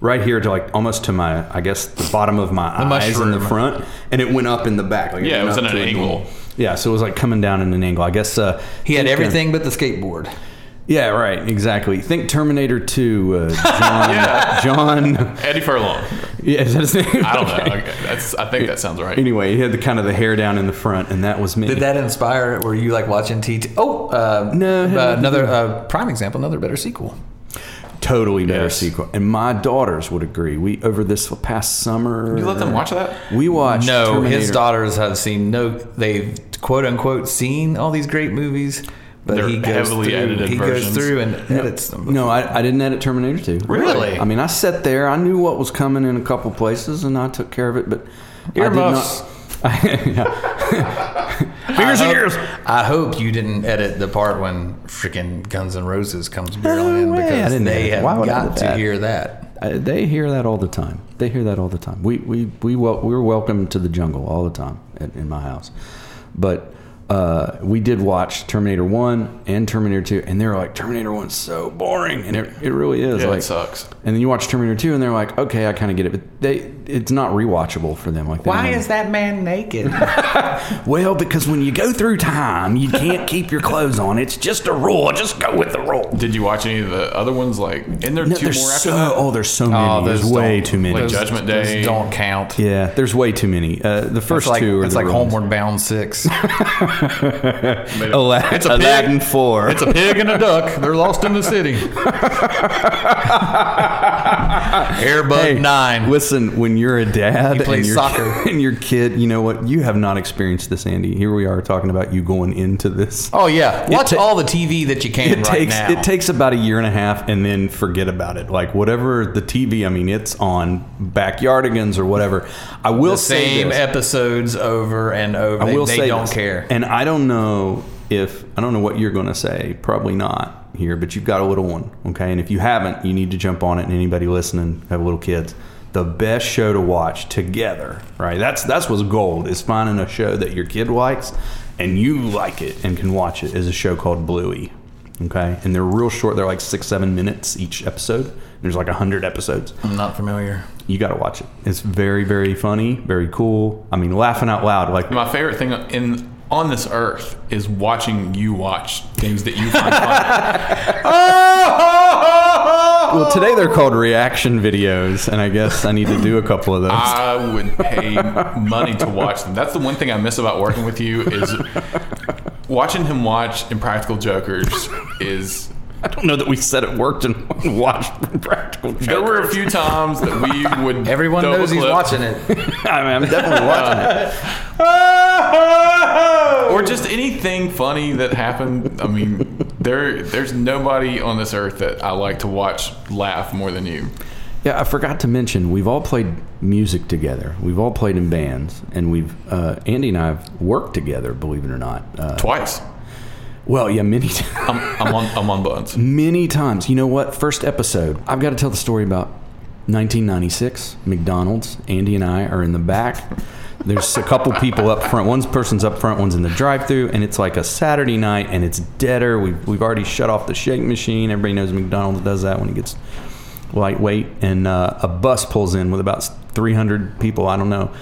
Speaker 5: right here to like almost to my I guess the bottom of my eyes in the
Speaker 4: mushroom.
Speaker 5: front, and it went up in the back. Like,
Speaker 6: Yeah, it
Speaker 5: went
Speaker 6: was
Speaker 5: up
Speaker 6: in an
Speaker 5: to a
Speaker 6: angle.
Speaker 5: normal- Yeah, so it was like coming down in an angle. I guess uh,
Speaker 4: He had everything but the skateboard.
Speaker 5: Yeah, right. Exactly. Think Terminator Two. Uh, John. John.
Speaker 6: Eddie Furlong.
Speaker 5: Yeah, is that his name?
Speaker 6: [laughs]
Speaker 5: [laughs]
Speaker 6: I don't know. Okay, that's. I think that sounds right.
Speaker 5: Anyway, he had the kind of the hair down in the front, and that was me.
Speaker 4: Did that inspire? Were you like watching TT? Oh, uh,
Speaker 5: No,
Speaker 4: uh,
Speaker 5: no.
Speaker 4: another uh, prime example, another better sequel.
Speaker 5: totally better
Speaker 6: Yes.
Speaker 5: sequel. And my daughters would agree. We over this past summer.
Speaker 6: You let them watch that?
Speaker 5: We watched.
Speaker 4: No, his
Speaker 5: Terminator.
Speaker 4: daughters have seen no. They've quote unquote seen all these great movies, but
Speaker 6: They're
Speaker 4: he goes
Speaker 6: heavily
Speaker 4: through,
Speaker 6: edited
Speaker 4: He
Speaker 6: versions.
Speaker 4: goes through and edits them.
Speaker 5: No, I, I didn't edit Terminator Two.
Speaker 4: Really?
Speaker 5: I mean, I sat there. I knew what was coming in a couple places, and I took care of it. But
Speaker 4: Earmuffs.
Speaker 5: I did not.
Speaker 4: I hope, I hope you didn't edit the part when freaking Guns N' Roses
Speaker 5: [laughs]
Speaker 4: comes barreling in
Speaker 5: way. I
Speaker 4: because
Speaker 5: didn't
Speaker 4: they
Speaker 5: edit.
Speaker 4: have
Speaker 5: Why would I
Speaker 4: got
Speaker 5: edit
Speaker 4: to
Speaker 5: that?
Speaker 4: hear that.
Speaker 5: I, they hear that all the time. They hear that all the time. We we we wel- we were welcome to the jungle all the time in, in my house, but uh, we did watch Terminator One and Terminator Two, and they were like, Terminator One's so boring, and it, it really is.
Speaker 6: Yeah,
Speaker 5: like,
Speaker 6: it sucks.
Speaker 5: And then you watch Terminator Two, and they're like, okay, I kind of get it, but they it's not rewatchable for them. Like, they don't-
Speaker 4: that man naked?
Speaker 5: Well, because when you go through time, you can't keep your clothes on. It's just a rule. Just go with the rule.
Speaker 6: Did you watch any of the other ones? Like, and there
Speaker 5: No,
Speaker 6: two more
Speaker 5: there's
Speaker 6: after
Speaker 5: so
Speaker 6: that.
Speaker 5: oh, there's so many. there's way too many.
Speaker 6: like Judgment Day.
Speaker 4: don't count.
Speaker 5: Yeah, there's way too many. Uh, the first
Speaker 4: It's like,
Speaker 5: two are
Speaker 4: it's
Speaker 5: the
Speaker 4: like
Speaker 5: real ones.
Speaker 4: Homeward Bound
Speaker 5: [laughs]
Speaker 4: Six. [laughs]
Speaker 5: Ala-
Speaker 6: It's a pig.
Speaker 5: Aladdin four.
Speaker 6: [laughs]
Speaker 4: It's a pig and a duck. They're lost in the city.
Speaker 10: Airbud Nine.
Speaker 5: Listen, when you're a dad and,
Speaker 10: plays
Speaker 5: your
Speaker 10: soccer.
Speaker 5: [laughs] and your kid, you know what? You have not experienced this, Andy. Here we are talking about you going into this.
Speaker 10: oh yeah, watch
Speaker 5: ta-
Speaker 10: all the TV that you can
Speaker 5: [laughs] it
Speaker 10: right
Speaker 5: takes
Speaker 10: now.
Speaker 5: it takes about a year and a half, and then forget about it. Like whatever the TV, I mean, it's on Backyardigans or whatever. I will
Speaker 10: the
Speaker 5: say
Speaker 10: same
Speaker 5: this.
Speaker 10: episodes over and over.
Speaker 5: I
Speaker 10: They-
Speaker 5: will
Speaker 10: they,
Speaker 5: say
Speaker 10: don't
Speaker 5: this,
Speaker 10: care.
Speaker 5: and I don't know if I don't know what you're going to say. Probably not here, but you've got a little one, okay? And if you haven't, you need to jump on it. And anybody listening have little kids, the best show to watch together, right? That's that's what's gold is finding a show that your kid likes and you like it and can watch it. Is a show called Bluey, okay? And they're real short. They're like six seven minutes each episode. There's like a hundred episodes
Speaker 10: I'm not familiar.
Speaker 5: you got to watch it. It's very, very funny, very cool. I mean, laughing out loud. Like,
Speaker 6: My favorite thing in on this earth is watching you watch things that you
Speaker 5: [laughs]
Speaker 6: find funny. [laughs]
Speaker 5: [laughs] well, today they're called reaction videos, and I guess I need to do a couple of those.
Speaker 6: I would pay money to watch them. That's the one thing I miss about working with you is watching him watch Impractical Jokers is
Speaker 5: I don't know that we said it [laughs] worked and watched practical.
Speaker 6: there were a few times that we would
Speaker 10: Everyone
Speaker 6: double
Speaker 10: knows he's
Speaker 6: clip.
Speaker 10: watching it.
Speaker 5: [laughs] I mean, I'm definitely watching it.
Speaker 6: or just anything funny that happened. I mean, there there's nobody on this earth that I like to watch laugh more than you.
Speaker 5: [laughs] Yeah, I forgot to mention we've all played music together. We've all played in bands, and we've uh, Andy and I have worked together. Believe it or not. Uh,
Speaker 6: Twice.
Speaker 5: well, yeah, many [laughs] times.
Speaker 6: I'm, I'm on I'm on buns.
Speaker 5: many times. You know what? First episode, I've got to tell the story about 1996 McDonald's. Andy and I are in the back. There's a couple people up front. One's person's up front, one's in the drive-through, and it's like a Saturday night, and it's deader. We've we've already shut off the shake machine. Everybody knows McDonald's does that when it gets lightweight, and uh, a bus pulls in with about 300 people. I don't know,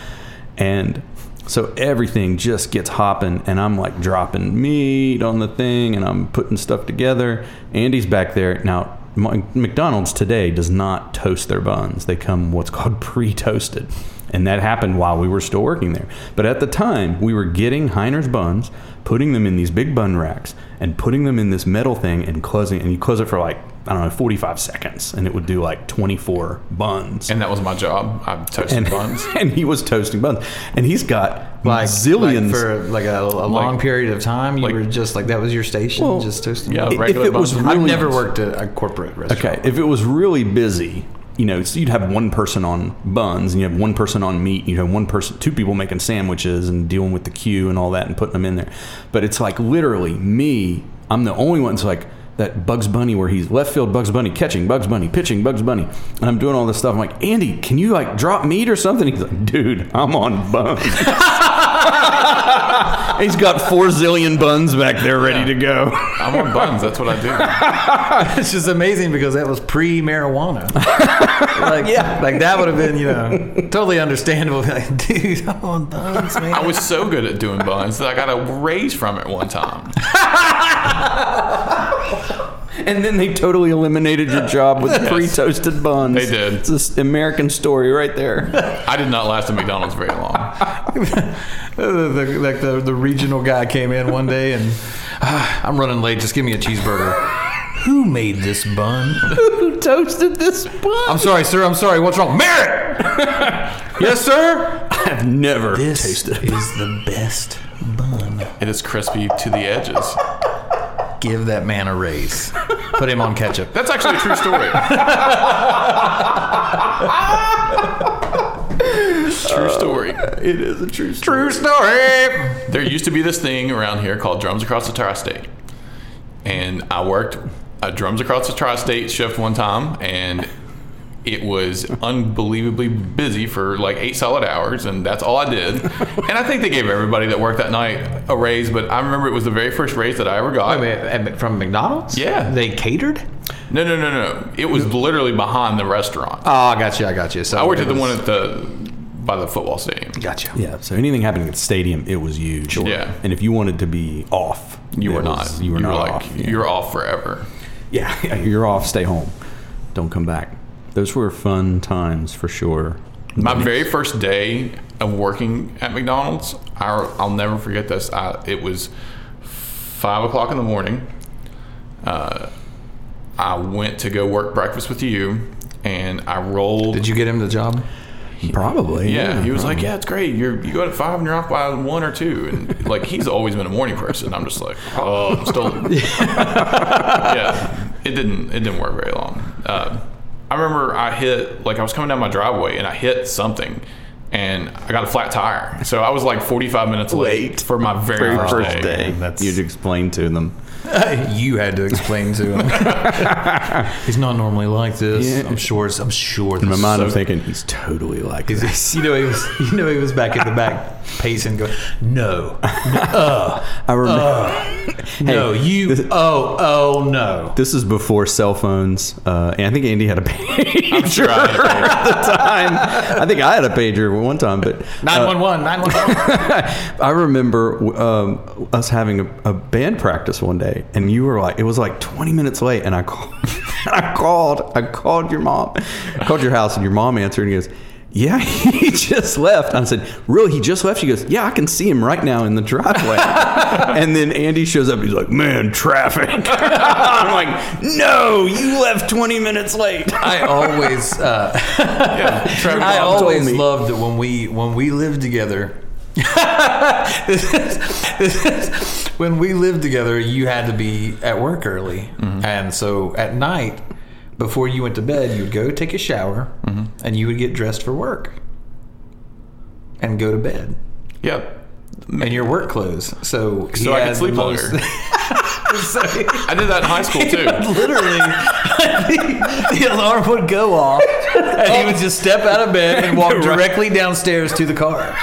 Speaker 5: and so everything just gets hopping, and I'm like dropping meat on the thing, and I'm putting stuff together. Andy's back there now. M- McDonald's today does not toast their buns; they come what's called [laughs] pre-toasted, and that happened while we were still working there. But at the time, we were getting Heiner's buns, putting them in these big bun racks, and putting them in this metal thing, and closing. And you close it for like I don't know, 45 seconds, and it would do like 24 buns.
Speaker 6: And that was my job. I touched
Speaker 5: and,
Speaker 6: buns.
Speaker 5: [laughs] and he was toasting buns, and he's got
Speaker 10: Like
Speaker 5: zillions.
Speaker 10: like for like a, a long period of time. You
Speaker 6: like-
Speaker 10: were just like that was your station,
Speaker 5: Well,
Speaker 10: just toasting.
Speaker 6: Yeah,
Speaker 5: if
Speaker 6: regular
Speaker 5: it was
Speaker 6: buns.
Speaker 5: really-
Speaker 10: I've never worked at a corporate restaurant.
Speaker 5: Okay, if it was really busy, you know, so you'd have one person on buns and you have one person on meat, and you'd have one person, two people making sandwiches and dealing with the queue and all that and putting them in there. But it's like literally me, I'm the only one. It's like that Bugs Bunny where he's left field Bugs Bunny, catching Bugs Bunny, pitching Bugs Bunny. And I'm doing all this stuff. I'm like, Andy, can you like drop meat or something? He's like, dude, I'm on buns. [laughs] he's got four zillion buns back there ready to go. [laughs]
Speaker 6: I'm on buns. That's what I do.
Speaker 10: [laughs] it's just amazing because that was pre-marijuana. like, like that would have been you know totally understandable. [laughs] Like, dude, I'm on buns, man. [laughs]
Speaker 6: I was so good at doing buns that I got a raise from it one time.
Speaker 5: And then they totally eliminated your job with pre-toasted buns.
Speaker 6: They did.
Speaker 5: It's this American story right there.
Speaker 6: I did not last at McDonald's very long.
Speaker 10: the, the, like the, the regional guy came in one day and "Ah, [sighs] I'm running late. Just give me a cheeseburger. [laughs] Who made this bun?
Speaker 5: Who toasted this bun?
Speaker 10: I'm sorry, sir. I'm sorry. What's
Speaker 6: [laughs]
Speaker 10: wrong? Merritt. yes, sir.
Speaker 5: I've never
Speaker 10: This
Speaker 5: tasted.
Speaker 10: is the best bun.
Speaker 6: It is crispy to the edges.
Speaker 10: Give that man a raise. Put him on ketchup.
Speaker 6: That's actually a true story. true story.
Speaker 5: It is a true story.
Speaker 10: True story.
Speaker 6: there used to be this thing around here called Drums Across the Tri-State, and I worked a Drums Across the Tri-State shift one time, and it was unbelievably busy for like eight solid hours, and that's all I did. and I think they gave everybody that worked that night a raise, but I remember it was the very first raise that I ever got.
Speaker 10: I Oh, mean, at- from McDonald's?
Speaker 6: Yeah.
Speaker 10: They catered?
Speaker 6: no, no, no, no. It was literally behind the restaurant.
Speaker 10: Oh, I got you. I got you. So
Speaker 6: I worked at
Speaker 10: it
Speaker 6: the one
Speaker 10: was-
Speaker 6: at the by the football stadium.
Speaker 10: Got you.
Speaker 5: [laughs] Oh, Yeah. So anything happening at the stadium, it was huge.
Speaker 6: Yeah.
Speaker 5: And if you wanted to be off,
Speaker 6: You
Speaker 5: it
Speaker 6: were not.
Speaker 5: was- You were not
Speaker 6: like
Speaker 5: off. Yeah.
Speaker 6: you're off forever.
Speaker 5: yeah. [laughs] yeah, You're off. Stay home. Don't come back. Those were fun times for sure.
Speaker 6: My very first day of working at McDonald's, I, I'll never forget this. I, it was five o'clock in the morning. Uh, I went to go work breakfast with you, and I rolled.
Speaker 10: Did you get him the job?
Speaker 5: Probably.
Speaker 6: Yeah, he was like, "Yeah, it's great. You're you go at five and you're off by one or two, and like he's always been a morning person. I'm just like, oh, I'm still. yeah, it didn't it didn't work very long. Uh, I remember I hit like I was coming down my driveway and I hit something, and I got a flat tire. So I was like 45 minutes late,
Speaker 4: Late.
Speaker 6: for my very,
Speaker 4: Very
Speaker 6: first,
Speaker 4: first
Speaker 6: day.
Speaker 4: day.
Speaker 10: Oh, That's-
Speaker 4: You'd explain to them.
Speaker 10: [laughs] You had to explain to him. He's not normally like this.
Speaker 5: Yeah.
Speaker 10: I'm sure. it's- I'm sure.
Speaker 5: In my
Speaker 10: this
Speaker 5: mind,
Speaker 10: is
Speaker 5: I'm
Speaker 10: so-
Speaker 5: thinking he's totally like
Speaker 10: He's-
Speaker 5: this.
Speaker 10: he's- you know he was. You know he was back in the [laughs] back pacing, going, "No,
Speaker 5: I remember.
Speaker 10: no, you. oh, oh, no."
Speaker 5: This is before cell phones, uh, and I think Andy had a pager [laughs]
Speaker 6: I'm sure I had a pager.
Speaker 5: at the time. I think I had a pager one time, but
Speaker 10: Nine one one. Nine one [laughs] one.
Speaker 5: [laughs] I remember um, us having a, a band practice one day, and you were like, it was like 20 minutes late, and I called, [laughs] I called, I called your mom, called your house, and your mom answered, and he goes, "Yeah, [laughs] he just left." I said, "Really? He just left?" She goes, "Yeah, I can see him right now in the driveway." and then Andy shows up, he's like, "Man, traffic." I'm like, "No, you left 20 minutes late." [laughs]
Speaker 10: I always. Uh,
Speaker 6: Yeah, Trevor
Speaker 10: I
Speaker 6: Bob told
Speaker 10: always
Speaker 6: me.
Speaker 10: loved that when we when we lived together. [laughs] this is, this is, when we lived together, you had to be at work early,
Speaker 6: Mm-hmm.
Speaker 10: and so at night, before you went to bed, you'd go take a shower,
Speaker 6: Mm-hmm.
Speaker 10: and you would get dressed for work, and go to bed
Speaker 6: Yep.
Speaker 10: in your work clothes. So he
Speaker 6: So I could
Speaker 10: had the
Speaker 6: sleep
Speaker 10: most-
Speaker 6: longer.
Speaker 10: [laughs] so-
Speaker 6: I did that in high school too.
Speaker 10: [laughs] literally the, the alarm would go [laughs] off and he would just step out of bed and walk directly downstairs to the car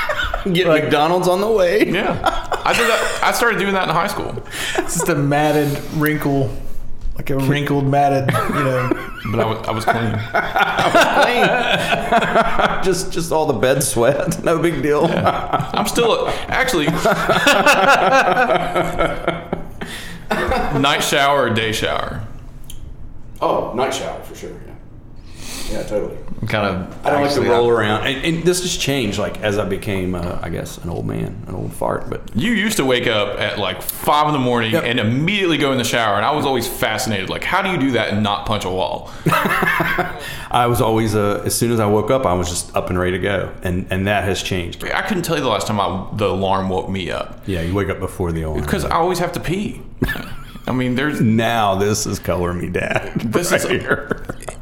Speaker 5: Get McDonald's on the way.
Speaker 6: Yeah, I did that. I started doing that in high school.
Speaker 10: it's just a matted wrinkle like a wrinkled matted you know
Speaker 6: But I was, I was clean.
Speaker 5: just, just all the bed sweat. [laughs] No big deal.
Speaker 6: I'm still a, actually. night shower or day shower?
Speaker 4: Oh, night shower for sure. Yeah, yeah, totally.
Speaker 10: kind of
Speaker 5: I don't like to
Speaker 4: Actually,
Speaker 5: roll
Speaker 4: I-
Speaker 5: around. And, and this has changed, like as I became, uh, I guess, an old man, an old fart. But
Speaker 6: You used to wake up at like five in the morning and immediately go in the shower, and I was always fascinated. Like, how do you do that and not punch a wall?
Speaker 5: I was always, uh, as soon as I woke up, I was just up and ready to go. And and that has changed.
Speaker 6: I couldn't tell you the last time I, the alarm woke me up
Speaker 5: Yeah, you wake up before the alarm.
Speaker 6: because I always have to pee. I mean, there's
Speaker 5: now this is color me dad.
Speaker 6: This is-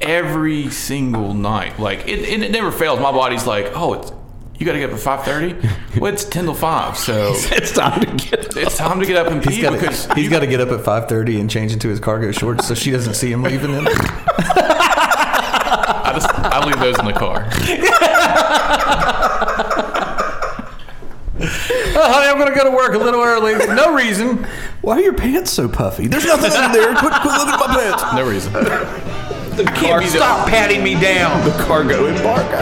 Speaker 6: every single night. Like it, and it never fails. My body's like, oh, it's you got to get up at five thirty. Well, it's ten till five, so
Speaker 5: [laughs] it's time to get.
Speaker 6: it's time to get up and pee
Speaker 10: he's got [laughs]
Speaker 6: because
Speaker 10: to he's got to get up at 5.30 and change into his cargo shorts so she doesn't see him leaving them
Speaker 6: I just I leave those in the car.
Speaker 10: [laughs] oh, honey i'm going to go to work a little early no reason
Speaker 5: Why are your pants so puffy? There's nothing in there. Quit, quit looking at my pants.
Speaker 6: No reason.
Speaker 10: stop patting me down
Speaker 5: The cargo embargo.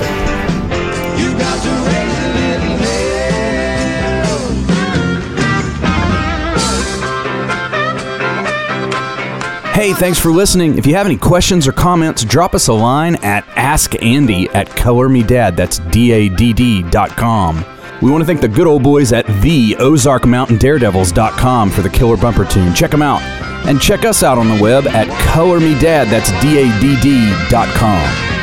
Speaker 11: You got to raise a little hell.
Speaker 2: Hey, thanks for listening. If you have any questions or comments, drop us a line at askandy at colormedad. That's D-A-D-D dot com. We want to thank the good old boys at the Ozark Mountain Daredevils.com for the killer bumper tune. Check them out. And check us out on the web at colormedad. That's D-A-D-D dot com.